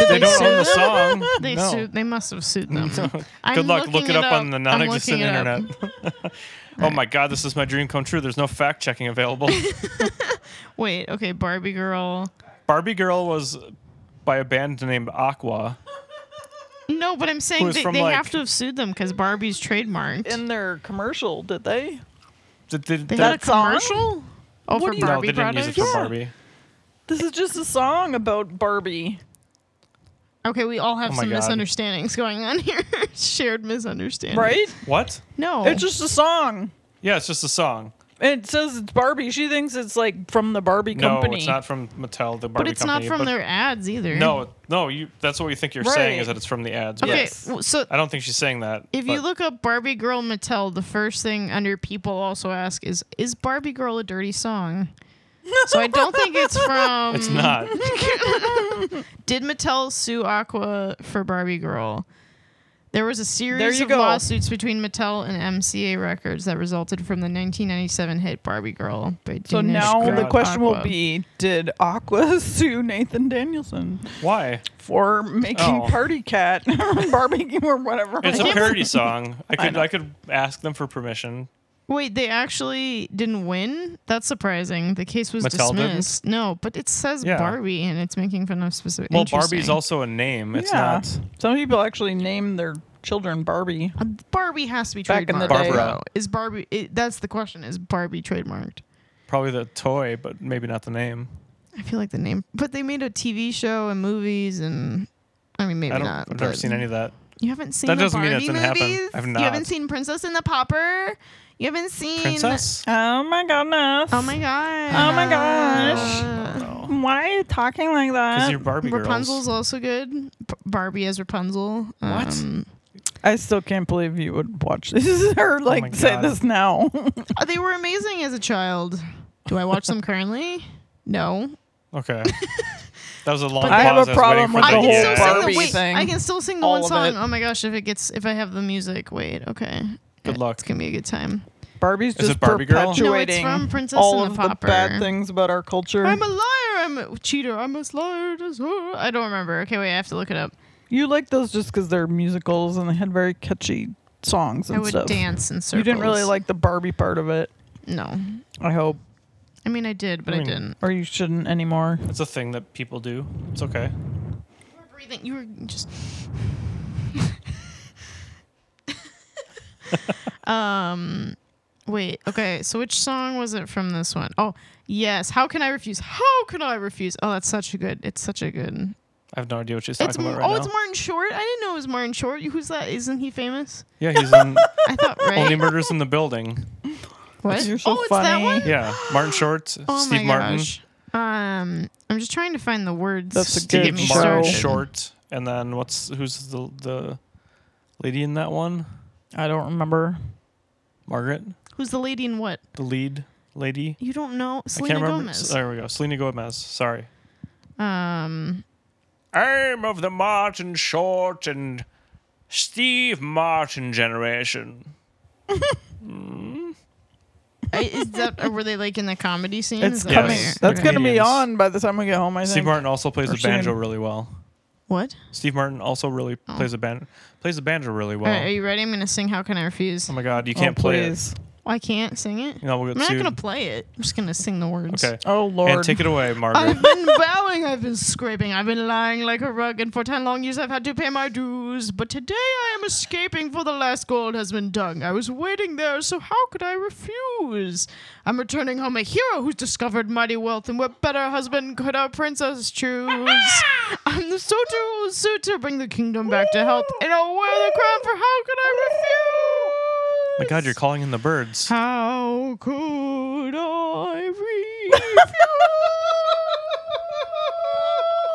Speaker 1: Did
Speaker 2: They don't
Speaker 1: sue
Speaker 2: own the
Speaker 1: them?
Speaker 2: song.
Speaker 1: They
Speaker 2: no.
Speaker 1: sued. They must have sued them.
Speaker 2: Good
Speaker 1: I'm
Speaker 2: luck.
Speaker 1: looking
Speaker 2: Look
Speaker 1: it
Speaker 2: it up,
Speaker 1: up.
Speaker 2: on the
Speaker 1: I'm
Speaker 2: non-existent
Speaker 1: looking it up.
Speaker 2: internet. oh my God, this is my dream come true. There's no fact checking available.
Speaker 1: Wait. Okay. Barbie Girl.
Speaker 2: Barbie Girl was by a band named Aqua.
Speaker 1: No, but I'm saying
Speaker 2: Who's
Speaker 1: they,
Speaker 2: from,
Speaker 1: they
Speaker 2: like-
Speaker 1: have to have sued them because Barbie's trademarked.
Speaker 3: In their commercial, did they?
Speaker 2: Did, did,
Speaker 1: they
Speaker 2: did-
Speaker 1: had a
Speaker 3: that song?
Speaker 1: commercial. Oh,
Speaker 3: What
Speaker 1: for
Speaker 3: do you-
Speaker 1: Barbie
Speaker 2: no, they didn't use it
Speaker 1: products.
Speaker 2: for
Speaker 3: Yeah.
Speaker 2: Barbie.
Speaker 3: This is just a song about Barbie.
Speaker 1: Okay, we all have
Speaker 2: Oh my
Speaker 1: some
Speaker 2: God.
Speaker 1: misunderstandings going on here. Shared misunderstandings.
Speaker 3: Right?
Speaker 2: What?
Speaker 1: No.
Speaker 3: It's just a song.
Speaker 2: Yeah, it's just a song.
Speaker 3: It says it's Barbie. She thinks it's like from the Barbie company.
Speaker 2: No, it's not from Mattel, the Barbie
Speaker 1: but it's
Speaker 2: company.
Speaker 1: not from
Speaker 2: but-
Speaker 1: their ads either.
Speaker 2: No, no. You. That's what you think you're saying is
Speaker 3: Right.
Speaker 2: that it's from the ads.
Speaker 1: Okay,
Speaker 2: But
Speaker 3: Yes.
Speaker 1: w so
Speaker 2: I don't think she's saying that.
Speaker 1: If you
Speaker 2: Uh, but-
Speaker 1: look up Barbie Girl Mattel, the first thing under people also ask is Is Barbie Girl a dirty song? So I don't think it's from.
Speaker 2: it's not.
Speaker 1: Did Mattel sue Aqua for Barbie Girl? There was a
Speaker 3: There
Speaker 1: series
Speaker 3: you
Speaker 1: of
Speaker 3: go.
Speaker 1: lawsuits between Mattel and MCA Records that resulted from the 1997 hit Barbie Girl. By
Speaker 3: So
Speaker 1: Dinesh
Speaker 3: now the
Speaker 1: Grant
Speaker 3: question will
Speaker 1: Aqua.
Speaker 3: be Did Aqua sue Nathan Danielson
Speaker 2: Why?
Speaker 3: for making
Speaker 2: Oh.
Speaker 3: Party Cat or Barbie or whatever?
Speaker 2: It's a parody song. I could
Speaker 3: know.
Speaker 2: I, could ask them for permission.
Speaker 1: Wait, they actually didn't win? That's surprising. The case was
Speaker 2: Mattel didn't?
Speaker 1: dismissed. No, but it says
Speaker 2: Yeah.
Speaker 1: Barbie and it's making fun of specific.
Speaker 2: Well, Barbie's
Speaker 1: Interesting.
Speaker 2: also a name. It's
Speaker 3: yeah.
Speaker 2: not.
Speaker 3: Some people actually name their children Barbie.
Speaker 1: Uh, Barbie has to be
Speaker 3: Back in
Speaker 1: trademarked.
Speaker 3: the
Speaker 2: day. Barbara.
Speaker 1: Is Barbie? It, that's the question. Is Barbie trademarked?
Speaker 2: Probably the toy, but maybe not the name.
Speaker 1: I feel like the name, but they made a TV show and movies, and I mean maybe
Speaker 2: I don't,
Speaker 1: not.
Speaker 2: I've never
Speaker 1: but-
Speaker 2: seen any of that.
Speaker 1: You haven't seen
Speaker 2: That
Speaker 1: the
Speaker 2: doesn't mean
Speaker 1: Barbie
Speaker 2: it didn't happen.
Speaker 1: movies.
Speaker 2: I've
Speaker 1: You haven't
Speaker 2: not.
Speaker 1: seen Princess and the Popper. You haven't seen
Speaker 2: Princess?
Speaker 3: Oh my goodness.
Speaker 1: Oh my god.
Speaker 3: Oh my gosh.
Speaker 1: Uh,
Speaker 3: Why are you talking like
Speaker 2: Because
Speaker 3: that?
Speaker 2: you're Barbie
Speaker 1: Rapunzel's
Speaker 2: girls.
Speaker 1: also good. B- Barbie as Rapunzel.
Speaker 2: What?
Speaker 1: Um,
Speaker 3: I still can't believe you would watch this or like
Speaker 2: Oh my
Speaker 3: say
Speaker 2: God.
Speaker 3: this now.
Speaker 1: uh, they were amazing as a child. Do I watch them currently? No.
Speaker 2: Okay. That was a long pause.
Speaker 1: I have a
Speaker 2: was waiting
Speaker 3: problem
Speaker 2: for
Speaker 3: with
Speaker 2: the
Speaker 3: The
Speaker 1: I can
Speaker 3: whole
Speaker 1: still sing
Speaker 3: Barbie
Speaker 1: the, wait,
Speaker 3: thing.
Speaker 1: I can still sing the
Speaker 3: All
Speaker 1: one
Speaker 3: of
Speaker 1: song.
Speaker 3: it.
Speaker 1: Oh my gosh, if it gets if I have the music, wait, okay.
Speaker 2: Good
Speaker 1: Uh,
Speaker 2: luck.
Speaker 1: It's gonna be a good time.
Speaker 3: Barbie's
Speaker 2: Is
Speaker 3: just
Speaker 2: it Barbie Girl? No, it's
Speaker 3: perpetuating
Speaker 1: from Princess
Speaker 3: all
Speaker 1: and
Speaker 3: of
Speaker 1: the
Speaker 3: the
Speaker 1: Pauper.
Speaker 3: bad things about our culture.
Speaker 1: I'm a liar, I'm a cheater, I'm a liar. I don't remember. Okay, wait, I have to look it up.
Speaker 3: you like those just because they're musicals and they had very catchy songs and
Speaker 1: I would
Speaker 3: stuff.
Speaker 1: dance in circles.
Speaker 3: You didn't really like the Barbie part of it.
Speaker 1: No.
Speaker 3: I hope,
Speaker 1: I mean I did, but I,
Speaker 3: Hmm.
Speaker 2: I mean-
Speaker 1: didn't.
Speaker 3: or you shouldn't anymore.
Speaker 2: It's a thing that people do. It's okay.
Speaker 1: You were breathing you were just Um wait, okay, so which song was it from this one? Oh, yes. How can I refuse? How can I refuse? Oh, that's such a good it's such a good
Speaker 2: I have no idea what she's
Speaker 1: It's
Speaker 2: talking
Speaker 1: Mar-
Speaker 2: about right
Speaker 1: oh,
Speaker 2: now.
Speaker 1: it's Martin Short. I didn't know it was Martin Short. Who's that? Isn't he famous?
Speaker 2: yeah, he's in
Speaker 1: I thought right.
Speaker 2: Only Murders in the Building.
Speaker 1: what?
Speaker 3: You're so
Speaker 1: oh, it's that
Speaker 3: funny.
Speaker 1: one.
Speaker 2: Yeah, Martin Short,
Speaker 1: Oh
Speaker 2: Steve
Speaker 1: my
Speaker 2: Martin,
Speaker 1: gosh. Um, I'm just trying to find the words.
Speaker 3: That's a
Speaker 1: to get
Speaker 3: good
Speaker 1: me
Speaker 2: Steve Martin
Speaker 1: started.
Speaker 3: show.
Speaker 2: Short, and then what's who's the the lady in that one?
Speaker 3: I don't remember.
Speaker 2: Margaret,
Speaker 1: Who's the lady in what?
Speaker 2: the lead lady.
Speaker 1: You don't know
Speaker 2: I
Speaker 1: Selena
Speaker 2: can't remember.
Speaker 1: Gomez.
Speaker 2: There we go. Selena Gomez. Sorry.
Speaker 1: Um,
Speaker 2: I'm of the Martin Short and Steve Martin generation.
Speaker 1: I- is that or were they like in the comedy scene?
Speaker 3: It's
Speaker 1: Is that
Speaker 3: coming.
Speaker 2: Yes.
Speaker 1: where-
Speaker 3: That's gonna be
Speaker 2: Comedians.
Speaker 3: on by the time we get home. I
Speaker 2: Steve
Speaker 3: think.
Speaker 2: Martin also plays
Speaker 3: Or
Speaker 2: the banjo
Speaker 3: Shannon.
Speaker 2: really well.
Speaker 1: What?
Speaker 2: Steve Martin also really
Speaker 1: Oh.
Speaker 2: plays the ban plays the banjo really
Speaker 1: All right,
Speaker 2: well.
Speaker 1: are you ready? I'm gonna sing. How can I refuse?
Speaker 2: oh my god, you
Speaker 3: Oh,
Speaker 2: can't play it.
Speaker 3: please.
Speaker 1: Why I can't sing it.
Speaker 2: No, we'll
Speaker 1: I'm
Speaker 2: get
Speaker 1: not
Speaker 2: sued.
Speaker 1: gonna play it. I'm just gonna sing the words.
Speaker 2: Okay.
Speaker 3: Oh lord.
Speaker 2: And take it away, Margaret.
Speaker 1: I've been bowing, I've been scraping, I've been lying like a rug, and for ten long years I've had to pay my dues. But today I am escaping, for the last gold has been dug. I was waiting there, so how could I refuse? I'm returning home a hero who's discovered mighty wealth, and what better husband could our princess choose? I'm the soldier who will suit to bring the kingdom back to health, and I'll wear the crown, for how could I refuse?
Speaker 2: My God, you're calling in the birds.
Speaker 1: How could I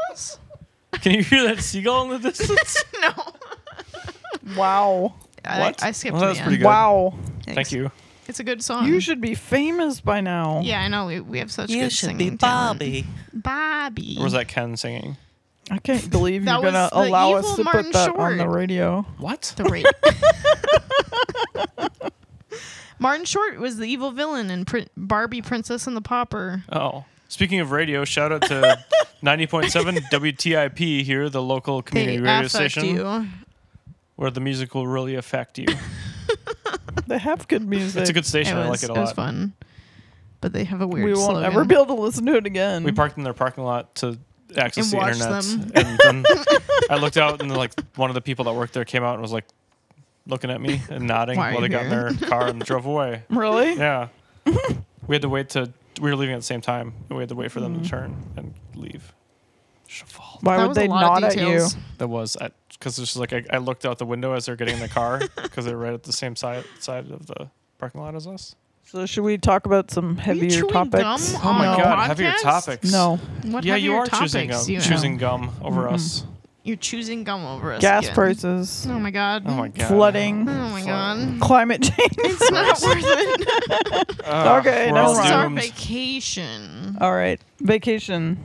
Speaker 1: refuse?
Speaker 2: Can you hear that seagull in the distance?
Speaker 1: no.
Speaker 3: Wow.
Speaker 1: I,
Speaker 2: What?
Speaker 1: I skipped
Speaker 2: Well,
Speaker 1: to
Speaker 2: that was
Speaker 1: the
Speaker 2: pretty
Speaker 1: end.
Speaker 2: good.
Speaker 3: Wow.
Speaker 2: Thank you.
Speaker 1: It's a good song.
Speaker 3: You should be famous by now.
Speaker 1: yeah, I know. We, we have such good singing talent. Bobby.
Speaker 2: Or was that Ken singing?
Speaker 3: I can't believe
Speaker 1: That
Speaker 3: you're gonna
Speaker 1: was the
Speaker 3: allow us
Speaker 1: evil
Speaker 3: to
Speaker 1: Martin
Speaker 3: put that on the
Speaker 1: Short.
Speaker 3: radio.
Speaker 2: What?
Speaker 1: The rape. Martin Short was the evil villain in Prin- Barbie Princess and the Pauper.
Speaker 2: Oh. Speaking of radio, shout out to 90.7 WTIP here, the local community
Speaker 1: They
Speaker 2: radio
Speaker 1: affect
Speaker 2: station,
Speaker 1: you.
Speaker 2: where the music will really affect you.
Speaker 3: They have good music.
Speaker 2: It's a good
Speaker 1: It
Speaker 2: station. I like
Speaker 1: was,
Speaker 2: it a
Speaker 1: it was
Speaker 2: lot.
Speaker 1: fun. But they have a weird
Speaker 3: we won't
Speaker 1: slogan.
Speaker 3: ever be able to listen to it again.
Speaker 2: We parked in their parking lot to access
Speaker 1: And
Speaker 2: the
Speaker 1: watch
Speaker 2: internet.
Speaker 1: them.
Speaker 2: And then I looked out, and like one of the people that worked there came out and was like looking at me and nodding
Speaker 1: Why are
Speaker 2: while they
Speaker 1: you
Speaker 2: got in
Speaker 1: here?
Speaker 2: their car and drove away.
Speaker 3: really?
Speaker 2: Yeah.
Speaker 1: Mm-hmm.
Speaker 2: we had to wait to. We were leaving at the same time, and we had to wait for them
Speaker 1: Mm-hmm.
Speaker 2: to turn and leave. Cheval.
Speaker 3: Why
Speaker 1: That
Speaker 3: would
Speaker 1: was a
Speaker 3: they
Speaker 1: lot of
Speaker 3: nod at you?
Speaker 1: details.
Speaker 2: That was because it's just like I, I looked out the window as they're getting in the car because they're right at the same side side of the parking lot as us.
Speaker 3: So should we talk about some
Speaker 1: you
Speaker 3: heavier
Speaker 1: chewing
Speaker 3: topics?
Speaker 1: gum
Speaker 2: Oh my
Speaker 1: On a
Speaker 2: god, heavier
Speaker 1: podcast?
Speaker 2: topics.
Speaker 3: No.
Speaker 1: What
Speaker 2: yeah,
Speaker 1: have
Speaker 2: you
Speaker 1: your
Speaker 2: are choosing
Speaker 1: topics,
Speaker 2: gum,
Speaker 1: you know?
Speaker 2: choosing gum over us.
Speaker 1: You're choosing gum over us.
Speaker 3: Gas
Speaker 1: again.
Speaker 3: prices,
Speaker 1: Oh my god.
Speaker 2: Oh my god.
Speaker 3: flooding,
Speaker 1: Oh my god.
Speaker 3: climate change.
Speaker 1: It's not worth it.
Speaker 2: Ugh,
Speaker 3: Okay,
Speaker 2: we're
Speaker 3: never
Speaker 2: all
Speaker 1: This is our
Speaker 2: doomed.
Speaker 1: vacation.
Speaker 3: All right, vacation.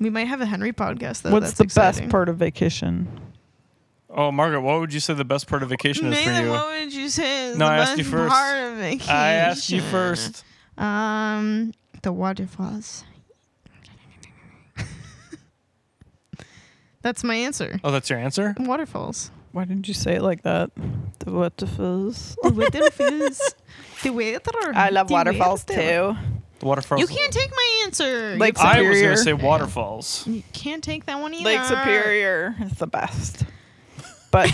Speaker 1: We might have a Henry podcast though.
Speaker 3: What's
Speaker 1: That's
Speaker 3: the
Speaker 1: exciting.
Speaker 3: best part of vacation?
Speaker 2: Oh, Margaret, what would you say the best part of vacation is for
Speaker 1: Nathan,
Speaker 2: you?
Speaker 1: what would you say is
Speaker 2: No,
Speaker 1: the
Speaker 2: I asked
Speaker 1: best
Speaker 2: you first.
Speaker 1: part of vacation?
Speaker 2: I asked you first.
Speaker 1: Um, the waterfalls. That's my answer.
Speaker 2: Oh, that's your answer?
Speaker 1: Waterfalls.
Speaker 3: Why didn't you say it like that? The what the fizz?
Speaker 1: The waterfalls. The water.
Speaker 3: I love
Speaker 1: The
Speaker 3: waterfalls
Speaker 1: water.
Speaker 3: too.
Speaker 2: The waterfalls.
Speaker 1: You can't take my answer.
Speaker 3: Like
Speaker 2: I was going to
Speaker 3: Superior.
Speaker 2: say waterfalls.
Speaker 1: You can't take that one either.
Speaker 3: Lake Superior is the best. But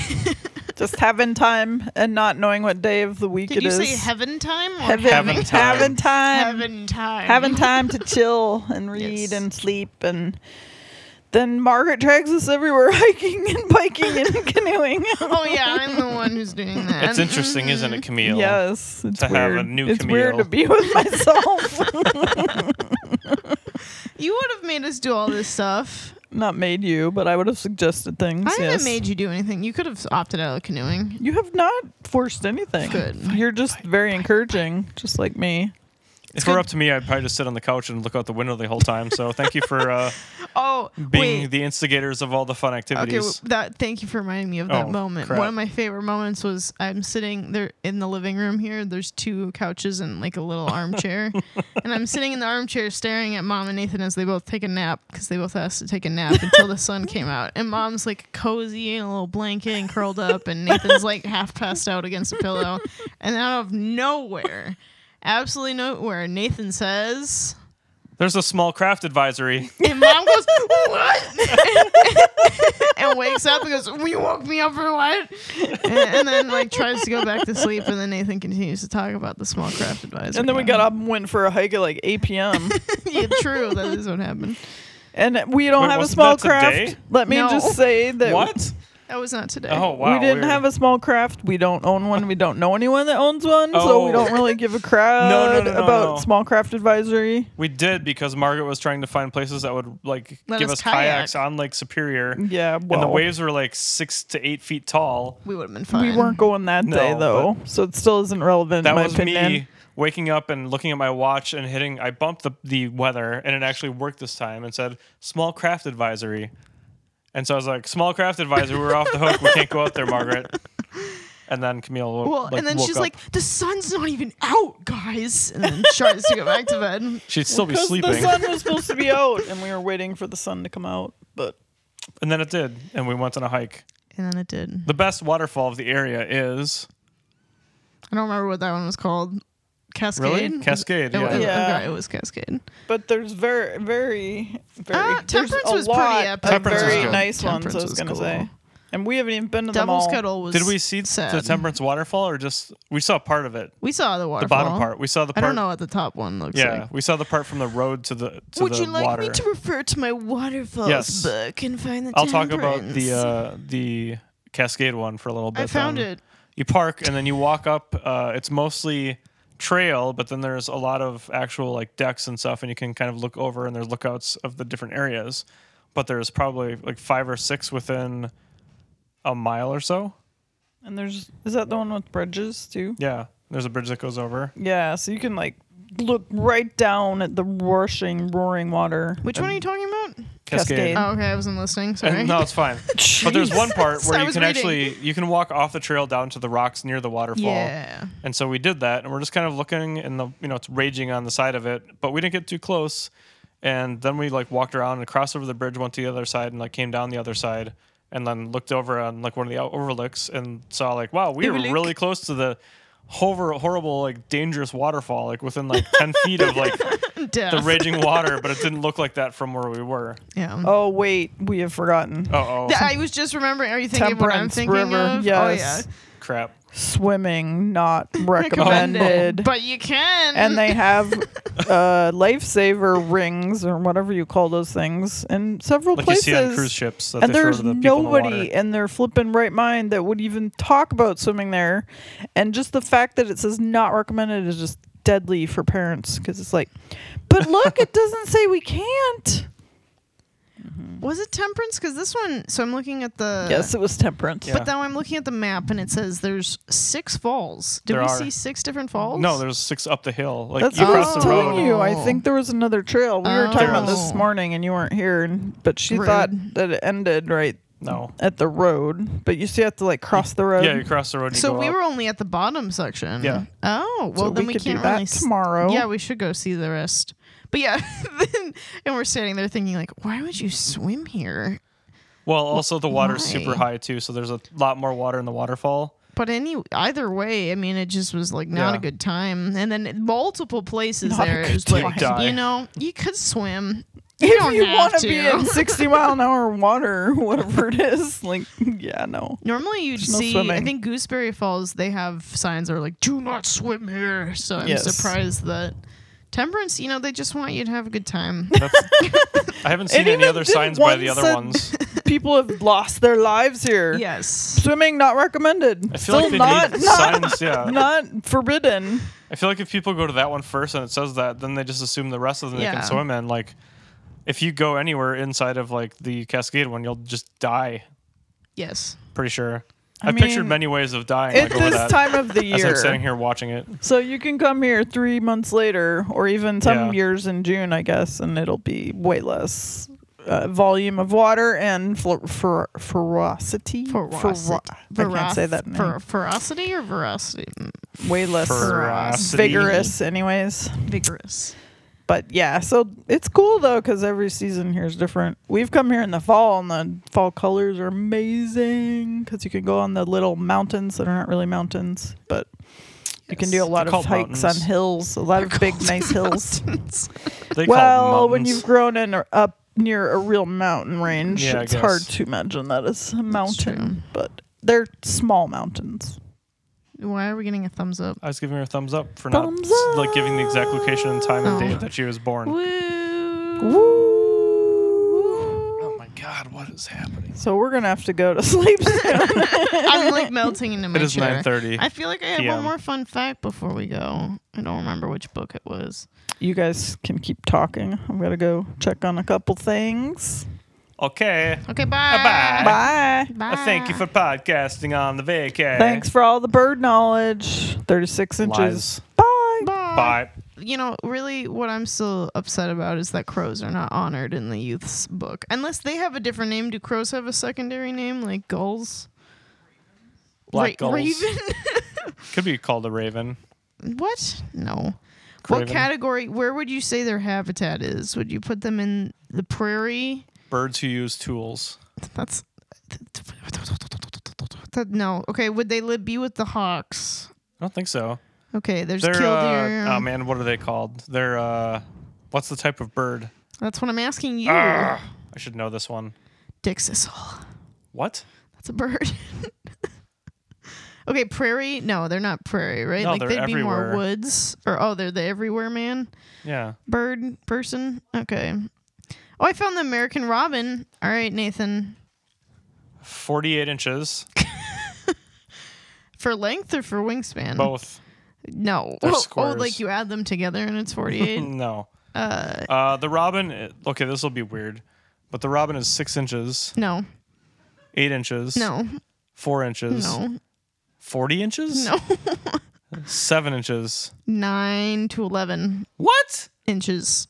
Speaker 3: just having time and not knowing what day of the week
Speaker 1: Did
Speaker 3: it
Speaker 1: you
Speaker 3: is.
Speaker 1: say heaven time? Or
Speaker 3: heaven,
Speaker 2: Having time.
Speaker 3: having time,
Speaker 1: Heaven time.
Speaker 3: having time to chill and read
Speaker 1: Yes.
Speaker 3: and sleep and. Then Margaret drags us everywhere hiking and biking and canoeing.
Speaker 1: Oh yeah, I'm the one who's doing that.
Speaker 2: It's interesting, isn't it, Camille?
Speaker 3: Yes, it's
Speaker 2: To
Speaker 3: weird.
Speaker 2: have a new
Speaker 3: it's weird
Speaker 2: Camille.
Speaker 3: to be with myself.
Speaker 1: You would have made us do all this stuff.
Speaker 3: Not made you, but I would have suggested things.
Speaker 1: I haven't
Speaker 3: yes.
Speaker 1: made you do anything. You could have opted out of canoeing.
Speaker 3: You have not forced anything.
Speaker 1: Good.
Speaker 3: You're just very encouraging, just like me.
Speaker 2: If it were up to me, I'd probably just sit on the couch and look out the window the whole time. So thank you for uh,
Speaker 1: Oh,
Speaker 2: being
Speaker 1: wait.
Speaker 2: the instigators of all the fun
Speaker 1: Okay, w-
Speaker 2: activities.
Speaker 1: that thank you for reminding me of that
Speaker 2: Oh,
Speaker 1: moment.
Speaker 2: crap.
Speaker 1: One of my favorite moments was I'm sitting there in the living room here. There's two couches and like a little armchair, and I'm sitting in the armchair staring at mom and Nathan as they both take a nap because they both asked to take a nap until the sun came out. And mom's like cozy in a little blanket and curled up, and Nathan's like half passed out against a pillow. And out of nowhere, absolutely nowhere, Nathan says.
Speaker 2: There's a small craft advisory.
Speaker 1: And mom goes, What? and wakes up and goes, You woke me up for what? And, and then, like, tries to go back to sleep. And then Nathan continues to talk about the small craft advisor.
Speaker 3: And then we got up and went for a hike at like 8 p.m.
Speaker 1: yeah, true. That is what happened.
Speaker 3: and we don't
Speaker 2: Wait,
Speaker 3: have a
Speaker 2: wasn't
Speaker 3: small
Speaker 2: that today?
Speaker 3: craft. Let me
Speaker 1: No.
Speaker 3: just say that
Speaker 2: what?
Speaker 1: That was not today.
Speaker 2: Oh, wow.
Speaker 3: we didn't
Speaker 2: weird.
Speaker 3: have a small craft. We don't own one. We don't know anyone that owns one, so we
Speaker 2: Oh.
Speaker 3: don't really give a crap
Speaker 2: No, no, no, no,
Speaker 3: about
Speaker 2: no.
Speaker 3: small craft advisory.
Speaker 2: We did because Margaret was trying to find places that would like
Speaker 1: Let
Speaker 2: give
Speaker 1: us
Speaker 2: us
Speaker 1: kayak.
Speaker 2: kayaks on Lake Superior.
Speaker 3: Yeah, well,
Speaker 2: and the waves were like six to eight feet tall.
Speaker 1: We would have been fine.
Speaker 3: we weren't going that
Speaker 2: No,
Speaker 3: day though, so it still isn't relevant
Speaker 2: That
Speaker 3: in my
Speaker 2: was
Speaker 3: opinion.
Speaker 2: me waking up and looking at my watch and hitting. I bumped the, the weather, and it actually worked this time and said small craft advisory. And so I was like, small craft advisory, we're off the hook. We can't go out there, Margaret. And then Camille. wo-
Speaker 1: Well,
Speaker 2: like,
Speaker 1: and then
Speaker 2: woke
Speaker 1: she's
Speaker 2: up.
Speaker 1: like, The sun's not even out, guys. And then tries to go back to bed.
Speaker 2: she'd still be
Speaker 3: Because
Speaker 2: sleeping.
Speaker 3: the sun was supposed to be out, and we were waiting for the sun to come out, but
Speaker 2: and then it did, and we went on a hike.
Speaker 1: And then it did.
Speaker 2: The best waterfall of the area is
Speaker 1: I don't remember what that one was called. Cascade.
Speaker 2: Really?
Speaker 1: Was-
Speaker 2: Cascade,
Speaker 1: It,
Speaker 2: yeah.
Speaker 1: it-
Speaker 3: Yeah.
Speaker 1: okay, it was Cascade.
Speaker 3: But there's very, very, very.
Speaker 1: Ah,
Speaker 3: there's
Speaker 1: Temperance
Speaker 3: a
Speaker 1: was pretty
Speaker 3: lot
Speaker 1: epic,
Speaker 3: of
Speaker 2: Temperance was
Speaker 3: very
Speaker 2: good.
Speaker 3: nice
Speaker 1: Temperance
Speaker 3: ones. I was
Speaker 1: was
Speaker 3: gonna
Speaker 1: cool.
Speaker 3: say, and we haven't even been to them
Speaker 1: Devil's
Speaker 3: all.
Speaker 1: Cuddle was.
Speaker 2: Did we see the
Speaker 1: sad.
Speaker 2: Temperance waterfall or just we saw part of it?
Speaker 1: We saw the waterfall.
Speaker 2: The bottom part. We saw the
Speaker 1: I
Speaker 2: part.
Speaker 1: don't know what the top one looks
Speaker 2: Yeah,
Speaker 1: like.
Speaker 2: we saw the part from the road to the to
Speaker 1: Would
Speaker 2: the
Speaker 1: you like
Speaker 2: water.
Speaker 1: me to refer to my waterfalls
Speaker 2: Yes.
Speaker 1: book and find the
Speaker 2: I'll talk about
Speaker 1: temperance?
Speaker 2: the uh, um, the Cascade one for a little bit.
Speaker 1: I found
Speaker 2: then.
Speaker 1: it.
Speaker 2: You park and then you walk up. Uh, it's mostly trail, but then there's a lot of actual like decks and stuff, and you can kind of look over and there's lookouts of the different areas. But there's probably like five or six within a mile or so.
Speaker 3: And there's is that the one with bridges too?
Speaker 2: Yeah, there's a bridge that goes over.
Speaker 3: Yeah, so you can like look right down at the rushing, roaring water.
Speaker 1: Which one are you talking about?
Speaker 3: Cascade.
Speaker 1: Oh, okay, I wasn't listening. Sorry.
Speaker 2: And- no, it's fine. But there's one part
Speaker 1: I
Speaker 2: where you
Speaker 1: was
Speaker 2: can
Speaker 1: reading.
Speaker 2: actually you can walk off the trail down to the rocks near the waterfall.
Speaker 1: Yeah.
Speaker 2: And so we did that, and we're just kind of looking, and the you know it's raging on the side of it, but we didn't get too close. And then we like walked around and crossed over the bridge, went to the other side, and like came down the other side, and then looked over on like one of the out- overlooks and saw like wow, we were
Speaker 1: Overlook.
Speaker 2: really close to the horror, horrible like dangerous waterfall, like within like ten feet of like the
Speaker 1: Death.
Speaker 2: raging water, but it didn't look like that from where we were.
Speaker 1: yeah.
Speaker 3: Oh wait, we have forgotten.
Speaker 2: Uh oh,
Speaker 1: Th- I was just remembering. Are you thinking what I'm
Speaker 3: Temperance
Speaker 1: thinking
Speaker 3: River.
Speaker 1: of?
Speaker 3: Yes.
Speaker 1: Oh
Speaker 2: crap.
Speaker 3: Swimming not
Speaker 1: yeah. Recommended.
Speaker 3: recommended.
Speaker 1: But you can.
Speaker 3: and they have uh, lifesaver rings or whatever you call those things in several
Speaker 2: Like
Speaker 3: places.
Speaker 2: you see on cruise ships. That
Speaker 3: and
Speaker 2: they throw
Speaker 3: there's
Speaker 2: to the people in the water.
Speaker 3: nobody in their flippin' right mind that would even talk about swimming there. And just the fact that it says not recommended is just deadly for parents because it's like, but look, it doesn't say we can't.
Speaker 1: was it temperance? Because this one. So I'm looking at the.
Speaker 3: yes, it was temperance.
Speaker 2: Yeah.
Speaker 1: But now I'm looking at the map and it says there's six falls. Did
Speaker 2: There
Speaker 1: we
Speaker 2: are.
Speaker 1: see six different falls?
Speaker 2: No, there's six up the hill. Like
Speaker 3: That's
Speaker 2: you
Speaker 3: what I
Speaker 2: cross
Speaker 3: was
Speaker 2: the
Speaker 1: road.
Speaker 3: telling
Speaker 2: road.
Speaker 3: you. I think there was another trail. We were talking about this
Speaker 1: Oh.
Speaker 3: morning and you weren't here, and, but she
Speaker 1: Rude.
Speaker 3: thought that it ended right
Speaker 2: No.
Speaker 3: at the road. But you still have to like cross the road.
Speaker 2: Yeah, you cross the road. You
Speaker 1: So
Speaker 2: go
Speaker 1: we
Speaker 2: up.
Speaker 1: were only at the bottom section.
Speaker 2: Yeah.
Speaker 1: Oh well,
Speaker 3: So
Speaker 1: then
Speaker 3: we
Speaker 1: we,
Speaker 3: could do
Speaker 1: can't
Speaker 3: that
Speaker 1: really s-
Speaker 3: tomorrow.
Speaker 1: Yeah, we should go see the rest. But yeah, then, and we're standing there thinking like, why would you swim here?
Speaker 2: Well, also the water's
Speaker 1: Why?
Speaker 2: super high too, so there's a lot more water in the waterfall.
Speaker 1: But any either way, I mean, it just was like not
Speaker 2: Yeah.
Speaker 1: a good time. And then multiple places
Speaker 3: Not a
Speaker 1: there, it
Speaker 3: good
Speaker 1: was
Speaker 2: time.
Speaker 1: like
Speaker 2: You'd die.
Speaker 1: you know, you could swim.
Speaker 3: if
Speaker 1: don't
Speaker 3: you
Speaker 1: have
Speaker 3: wanna
Speaker 1: to.
Speaker 3: be in 60 mile an hour water, whatever it is, like, yeah, no.
Speaker 1: Normally, you'd
Speaker 3: no
Speaker 1: see. I
Speaker 3: swimming.
Speaker 1: think Gooseberry Falls they have signs that are like "Do not swim here." So I'm
Speaker 3: Yes.
Speaker 1: surprised that Temperance, you know, they just want you to have a good time.
Speaker 2: That's, I haven't seen
Speaker 3: And
Speaker 2: any
Speaker 3: even
Speaker 2: other
Speaker 3: did
Speaker 2: signs by the
Speaker 3: one
Speaker 2: other
Speaker 3: said-
Speaker 2: ones.
Speaker 3: People have lost their lives here.
Speaker 1: yes.
Speaker 3: Swimming not recommended.
Speaker 2: I feel
Speaker 3: Still
Speaker 2: like they
Speaker 3: not,
Speaker 2: need
Speaker 3: not,
Speaker 2: signs. Yeah,
Speaker 3: not forbidden.
Speaker 2: I feel like if people go to that one first and it says that, then they just assume the rest of them they
Speaker 1: Yeah.
Speaker 2: can swim in. Like, if you go anywhere inside of like the Cascade one, you'll just die.
Speaker 1: Yes.
Speaker 2: Pretty sure. I
Speaker 3: I
Speaker 2: have pictured
Speaker 3: mean,
Speaker 2: many ways of dying
Speaker 3: At
Speaker 2: like over
Speaker 3: this
Speaker 2: that.
Speaker 3: time of the
Speaker 2: as I'm sitting
Speaker 3: year.
Speaker 2: here watching it.
Speaker 3: So you can come here three months later, or even some
Speaker 2: Yeah.
Speaker 3: years in June, I guess, and it'll be way less uh, volume of water and fer- fer- ferocity.
Speaker 1: Ferocity.
Speaker 3: Fer- I can't say that name.
Speaker 1: Fer- ferocity or veracity? Mm,
Speaker 3: way less
Speaker 2: uh, Ferocity.
Speaker 3: vigorous, anyways.
Speaker 1: Vigorous.
Speaker 3: but yeah, so it's cool though because every season here is different. We've come here in the fall, and the fall colors are amazing because you can go on the little mountains that are not really mountains, but you can do a lot
Speaker 2: They're
Speaker 3: of
Speaker 2: called
Speaker 3: hikes
Speaker 2: mountains.
Speaker 3: on hills, a lot of big, nice hills.
Speaker 2: They call
Speaker 3: Well,
Speaker 2: them
Speaker 3: when
Speaker 2: mountains.
Speaker 3: you've grown in or up near a real mountain range,
Speaker 2: Yeah, I
Speaker 3: it's hard
Speaker 2: guess.
Speaker 3: to imagine that it's a
Speaker 1: true.
Speaker 3: mountain, but they're small mountains.
Speaker 1: Why are we getting a thumbs up?
Speaker 2: I was giving her a thumbs up for not
Speaker 3: Thumbs
Speaker 2: s- like giving the exact
Speaker 3: up.
Speaker 2: location and time and
Speaker 1: Oh.
Speaker 2: date that she was born.
Speaker 1: Woo!
Speaker 3: Woo!
Speaker 2: Oh my god, what is happening?
Speaker 3: So we're gonna have to go to sleep soon.
Speaker 1: I'm like melting into my
Speaker 2: It is
Speaker 1: chair.
Speaker 2: 9:30
Speaker 1: I feel like I had
Speaker 2: PM.
Speaker 1: one more fun fact before we go. I don't remember which book it was.
Speaker 3: you guys can keep talking. I'm gonna go check on a couple things.
Speaker 2: Okay.
Speaker 1: Okay, bye.
Speaker 2: Bye-bye.
Speaker 3: Bye.
Speaker 1: Bye.
Speaker 2: I thank you for podcasting on the vacay.
Speaker 3: Thanks for all the bird knowledge. 36 inches.
Speaker 2: Lies.
Speaker 3: Bye.
Speaker 1: Bye.
Speaker 2: Bye.
Speaker 1: You know, really, what I'm still upset about is that crows are not honored in the youth's book. Unless they have a different name. Do crows have a secondary name like gulls?
Speaker 2: Black
Speaker 1: Ra-
Speaker 2: gulls.
Speaker 1: Raven?
Speaker 2: Could be called a raven.
Speaker 1: What? No. What
Speaker 2: Craven.
Speaker 1: category? Where would you say their habitat is? Would you put them in the prairie?
Speaker 2: Birds who use tools.
Speaker 1: That's that, no. Okay. Would they live be with the hawks?
Speaker 2: I don't think so.
Speaker 1: Okay, there's
Speaker 2: They're
Speaker 1: killdeer.
Speaker 2: uh, oh man, what are they called? They're uh, what's the type of bird?
Speaker 1: That's what I'm asking you.
Speaker 2: I should know this one.
Speaker 1: Dixisol.
Speaker 2: What?
Speaker 1: That's a bird. okay, prairie. No, they're not prairie, right?
Speaker 2: No,
Speaker 1: like
Speaker 2: they're
Speaker 1: they'd be more
Speaker 2: everywhere.
Speaker 1: woods. Or oh, they're the everywhere man
Speaker 2: Yeah.
Speaker 1: bird person. Okay. Oh, I found the American robin. All right, Nathan.
Speaker 2: 48 inches.
Speaker 1: For length or for wingspan?
Speaker 2: Both.
Speaker 1: No.
Speaker 2: They're
Speaker 1: oh, oh,
Speaker 2: squares.
Speaker 1: like you add them together and it's 48.
Speaker 2: Mm, no. Uh, the robin. i- Okay, this will be weird, but the robin is six inches,
Speaker 1: no.
Speaker 2: eight inches,
Speaker 1: No.
Speaker 2: four inches,
Speaker 1: No.
Speaker 2: 40 inches,
Speaker 1: No.
Speaker 2: seven inches.
Speaker 1: 9 to 11
Speaker 2: What?
Speaker 1: inches.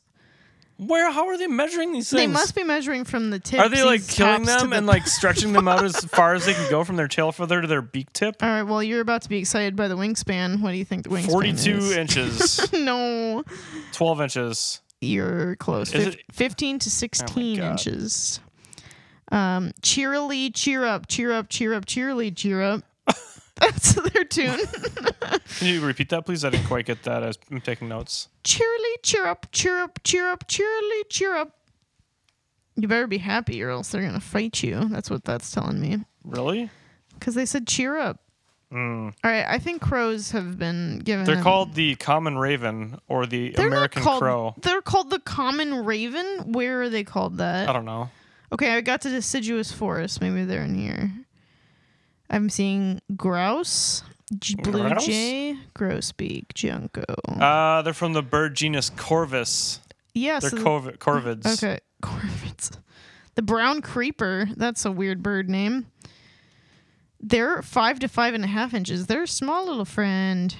Speaker 2: Where? How are they measuring these things?
Speaker 1: They must be measuring from the tip.
Speaker 2: Are they like killing them and like stretching them out as far as they can go from their tail feather to their beak tip?
Speaker 1: All right. Well, you're about to be excited by the wingspan. What do you think the wingspan
Speaker 2: 42
Speaker 1: is?
Speaker 2: inches,
Speaker 1: no,
Speaker 2: 12 inches.
Speaker 1: you're close.
Speaker 2: Is
Speaker 1: Fif-
Speaker 2: it- Oh
Speaker 1: 15 to 16
Speaker 2: God.
Speaker 1: inches. Um, cheerily, cheer up, cheer up, cheer up, cheerily, cheer up. That's their tune.
Speaker 2: Can you repeat that, please? I didn't quite get that. I was, I'm taking notes.
Speaker 1: cheerily, cheer up, cheer up, cheer up, cheerily, cheer up. You better be happy, or else they're gonna fight you. That's what that's telling me.
Speaker 2: Really?
Speaker 1: Because they said cheer up. All right, I think crows have been given.
Speaker 2: Mm. They're
Speaker 1: an-
Speaker 2: called the common raven or the
Speaker 1: They're not
Speaker 2: American
Speaker 1: called-
Speaker 2: crow.
Speaker 1: They're called the common raven. Where are they called
Speaker 2: I
Speaker 1: that?
Speaker 2: don't know.
Speaker 1: Okay, I got to deciduous forest. Maybe they're in here. I'm seeing grouse, j- blue
Speaker 2: Grouse?
Speaker 1: jay, grosbeak, junco.
Speaker 2: Uh, they're from the bird genus Corvus.
Speaker 1: yes.
Speaker 2: They're
Speaker 1: so the-
Speaker 2: corv- corvids.
Speaker 1: okay, corvids. The brown creeper. That's a weird bird name. They're five to five and a half inches. They're a small little friend.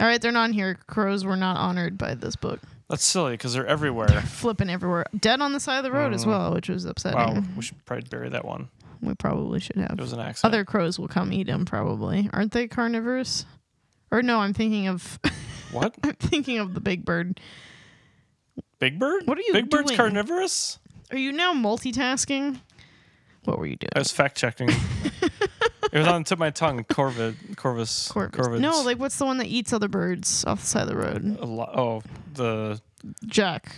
Speaker 1: All right, they're not in here. Crows were not honored by this book.
Speaker 2: That's silly because they're everywhere.
Speaker 1: Flipping everywhere. Dead on the side of the road as well, which was upsetting.
Speaker 2: Mm. Wow, we should probably bury that one.
Speaker 1: We probably should have.
Speaker 2: It was an accident.
Speaker 1: Other crows will come eat them, probably. Aren't they carnivores? Or no, I'm thinking of
Speaker 2: What?
Speaker 1: I'm thinking of the big bird.
Speaker 2: Big bird?
Speaker 1: What are you
Speaker 2: Big bird's
Speaker 1: doing?
Speaker 2: carnivorous?
Speaker 1: Are you now multitasking? What were you doing?
Speaker 2: I was fact checking. it was on the tip of my tongue. Corvid. Corvus.
Speaker 1: Corvus.
Speaker 2: Corvids.
Speaker 1: No, like what's the one that eats other birds off the side of the road?
Speaker 2: A lo- oh, the
Speaker 1: Jack.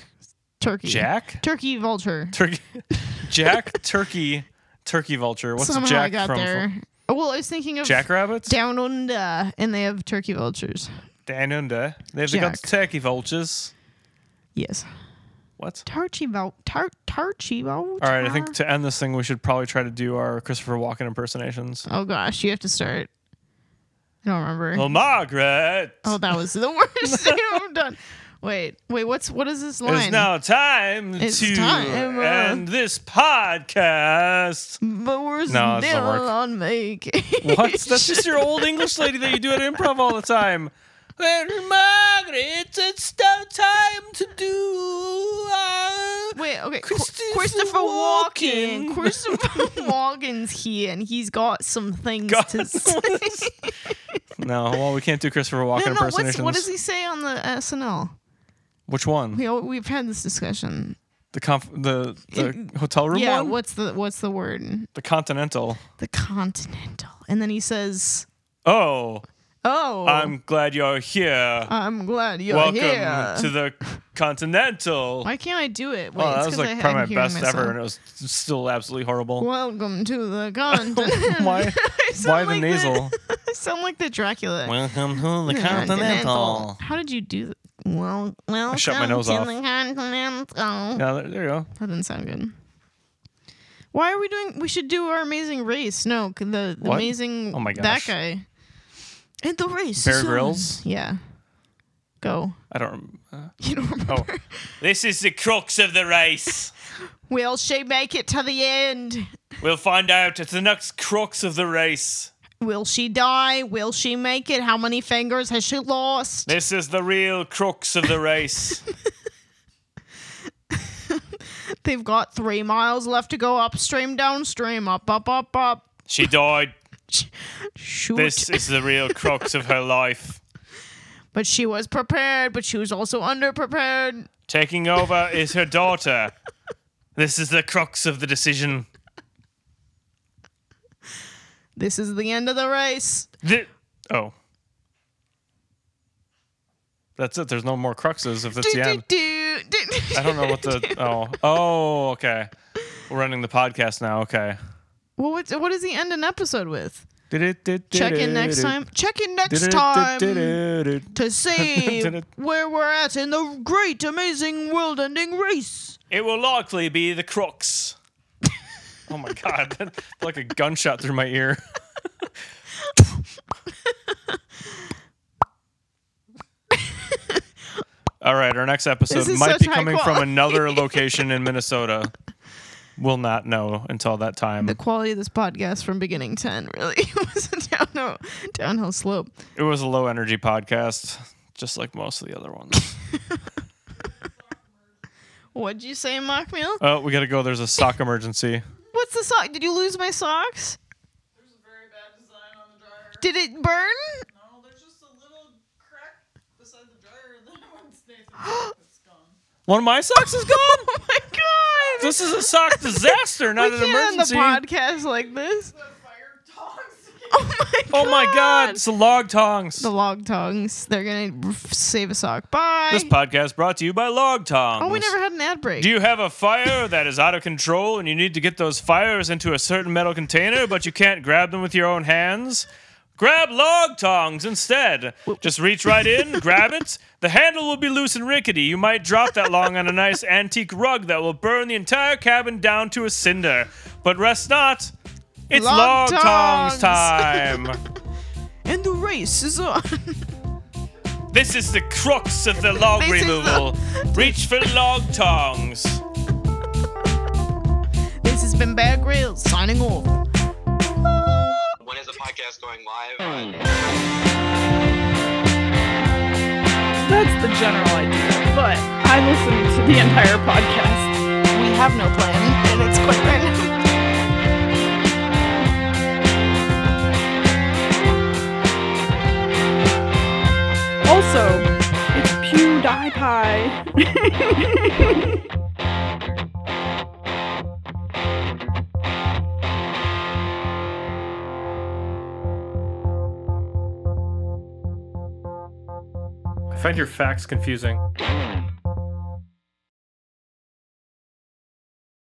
Speaker 1: Turkey.
Speaker 2: Jack?
Speaker 1: Turkey vulture.
Speaker 2: Turkey. Jack, turkey, turkey vulture. What's
Speaker 1: Somehow
Speaker 2: Jack
Speaker 1: I got
Speaker 2: from?
Speaker 1: there. Oh, well, I was thinking of
Speaker 2: Jackrabbits?
Speaker 1: down under, and they have turkey vultures.
Speaker 2: Down under. They've got
Speaker 1: Jack.
Speaker 2: turkey vultures.
Speaker 1: Yes.
Speaker 2: What?
Speaker 1: Turkey vulture. Tar- turkey vulture.
Speaker 2: All right, I think to end this thing, we should probably try to do our Christopher Walken impersonations.
Speaker 1: Oh gosh, you have to start. I don't remember.
Speaker 2: Well, Margaret,
Speaker 1: Oh, that was the worst thing I've done. Wait, wait, what's what is this
Speaker 2: it's
Speaker 1: line?
Speaker 2: now time
Speaker 1: It's
Speaker 2: to
Speaker 1: time, uh,
Speaker 2: end this podcast.
Speaker 1: but we're
Speaker 2: No, that's not
Speaker 1: still
Speaker 2: work.
Speaker 1: on vacation.
Speaker 2: What? That's just your old English lady that you do at improv all the time. Well, Margaret, it's now time to do our
Speaker 1: Wait, okay. Qu-
Speaker 2: Christopher
Speaker 1: Christopher Walken.
Speaker 2: Walken.
Speaker 1: Christopher Walken's here, and he's got some things
Speaker 2: God,
Speaker 1: to say.
Speaker 2: what is- no, well, we can't do Christopher Walken
Speaker 1: No, no, what's,
Speaker 2: impersonations.
Speaker 1: what does he say on the SNL?
Speaker 2: Which one?
Speaker 1: We al- we've had this discussion.
Speaker 2: The conf- the, the hotel room
Speaker 1: yeah,
Speaker 2: one?
Speaker 1: what's the what's the word?
Speaker 2: The Continental.
Speaker 1: The Continental, and then he says,
Speaker 2: Oh,
Speaker 1: "Oh,
Speaker 2: I'm glad you're here.
Speaker 1: I'm glad you're
Speaker 2: Welcome
Speaker 1: here."
Speaker 2: to the Continental.
Speaker 1: Why can't I do it? Wait,
Speaker 2: oh, that
Speaker 1: it's
Speaker 2: was
Speaker 1: 'cause I
Speaker 2: like
Speaker 1: ha-
Speaker 2: probably
Speaker 1: I'm
Speaker 2: my
Speaker 1: hearing
Speaker 2: best ever,
Speaker 1: myself.
Speaker 2: and it was still absolutely horrible.
Speaker 1: Welcome to the continent.
Speaker 2: Why?
Speaker 1: I sound
Speaker 2: Why
Speaker 1: like
Speaker 2: the nasal?
Speaker 1: I sound like the Dracula.
Speaker 2: Welcome to the
Speaker 1: How did you do that? Well, well,
Speaker 2: shut my nose
Speaker 1: to
Speaker 2: off.
Speaker 1: The continental.
Speaker 2: Yeah, there, there you go.
Speaker 1: That didn't sound good. Why are we doing? We should do our amazing race. No, c- the, the
Speaker 2: What?
Speaker 1: amazing.
Speaker 2: Oh my
Speaker 1: That
Speaker 2: gosh.
Speaker 1: guy. And the race.
Speaker 2: Bear
Speaker 1: is on.
Speaker 2: Grylls?
Speaker 1: Yeah. Go.
Speaker 2: I don't. rem- Uh,
Speaker 1: You don't remember.
Speaker 4: This is the crux of the race.
Speaker 1: Will she make it to the end?
Speaker 2: we'll find out at the next crux of the race.
Speaker 1: Will she die? Will she make it? How many fingers has she lost?
Speaker 2: This is the real crux of the race.
Speaker 1: They've got three miles left to go upstream, downstream, up, up, up, up.
Speaker 2: she died.
Speaker 1: Shoot.
Speaker 2: This is the real crux of her life.
Speaker 1: But she was prepared, but she was also underprepared.
Speaker 2: Taking over is her daughter. This is the crux of the decision.
Speaker 1: This is the end of the race.
Speaker 2: Th- oh. That's it. There's no more cruxes if it's
Speaker 1: Do,
Speaker 2: the
Speaker 1: do,
Speaker 2: end.
Speaker 1: do, do,
Speaker 2: I don't know what the
Speaker 1: do.
Speaker 2: oh oh okay. We're running the podcast now. Okay.
Speaker 1: Well, what, what does he end an episode with? Check
Speaker 2: Check
Speaker 1: in next time. Check in next time to see where we're at in the great, amazing, world-ending race.
Speaker 2: It will likely be the crux. oh my god! that- like a gunshot through my ear. All right, our next episode
Speaker 1: This is
Speaker 2: might
Speaker 1: such
Speaker 2: be
Speaker 1: high
Speaker 2: coming from
Speaker 1: quality.
Speaker 2: another location in Minnesota. We'll not know until that time.
Speaker 1: The quality of this podcast from beginning to end really was a downhill, downhill slope.
Speaker 2: It was a low energy podcast, just like most of the other ones.
Speaker 1: What'd you say, Mock Meal?
Speaker 2: oh, we gotta go. There's a sock emergency.
Speaker 1: What's the sock? Did you lose my socks?
Speaker 3: There's a very bad design on the dryer.
Speaker 1: Did it burn?
Speaker 3: No, there's just a little crack beside the dryer. Then once Nathan it's gone.
Speaker 2: One of my socks is gone.
Speaker 1: Oh my god!
Speaker 2: This is a sock disaster, not
Speaker 1: we
Speaker 2: an
Speaker 1: can't end
Speaker 2: emergency.
Speaker 1: the podcast like this.
Speaker 3: The fire tongs.
Speaker 1: Oh my god!
Speaker 2: Oh my god, it's the log tongs.
Speaker 1: The log tongs. They're gonna f- save a sock. Bye.
Speaker 2: This podcast brought to you by Log Tongs.
Speaker 1: oh, we never had an ad break.
Speaker 2: Do you have a fire that is out of control and you need to get those fires into a certain metal container, but you can't grab them with your own hands? Grab log tongs instead. Just reach right in, grab it. The handle will be loose and rickety. You might drop that long on a nice antique rug that will burn the entire cabin down to a cinder. But rest not, it's
Speaker 1: Log
Speaker 2: log, tongs
Speaker 1: tongs.
Speaker 2: time.
Speaker 1: and the race is on.
Speaker 2: This is the crux of the log
Speaker 1: This is the-
Speaker 2: removal. Reach for log tongs.
Speaker 1: this has been Bad Rails signing off.
Speaker 5: When is the podcast going live? On
Speaker 3: That's the general idea. But I listened to the entire podcast.
Speaker 1: We have no plan, and it's quite random.
Speaker 3: Also, it's PewDiePie.
Speaker 2: I find your facts confusing.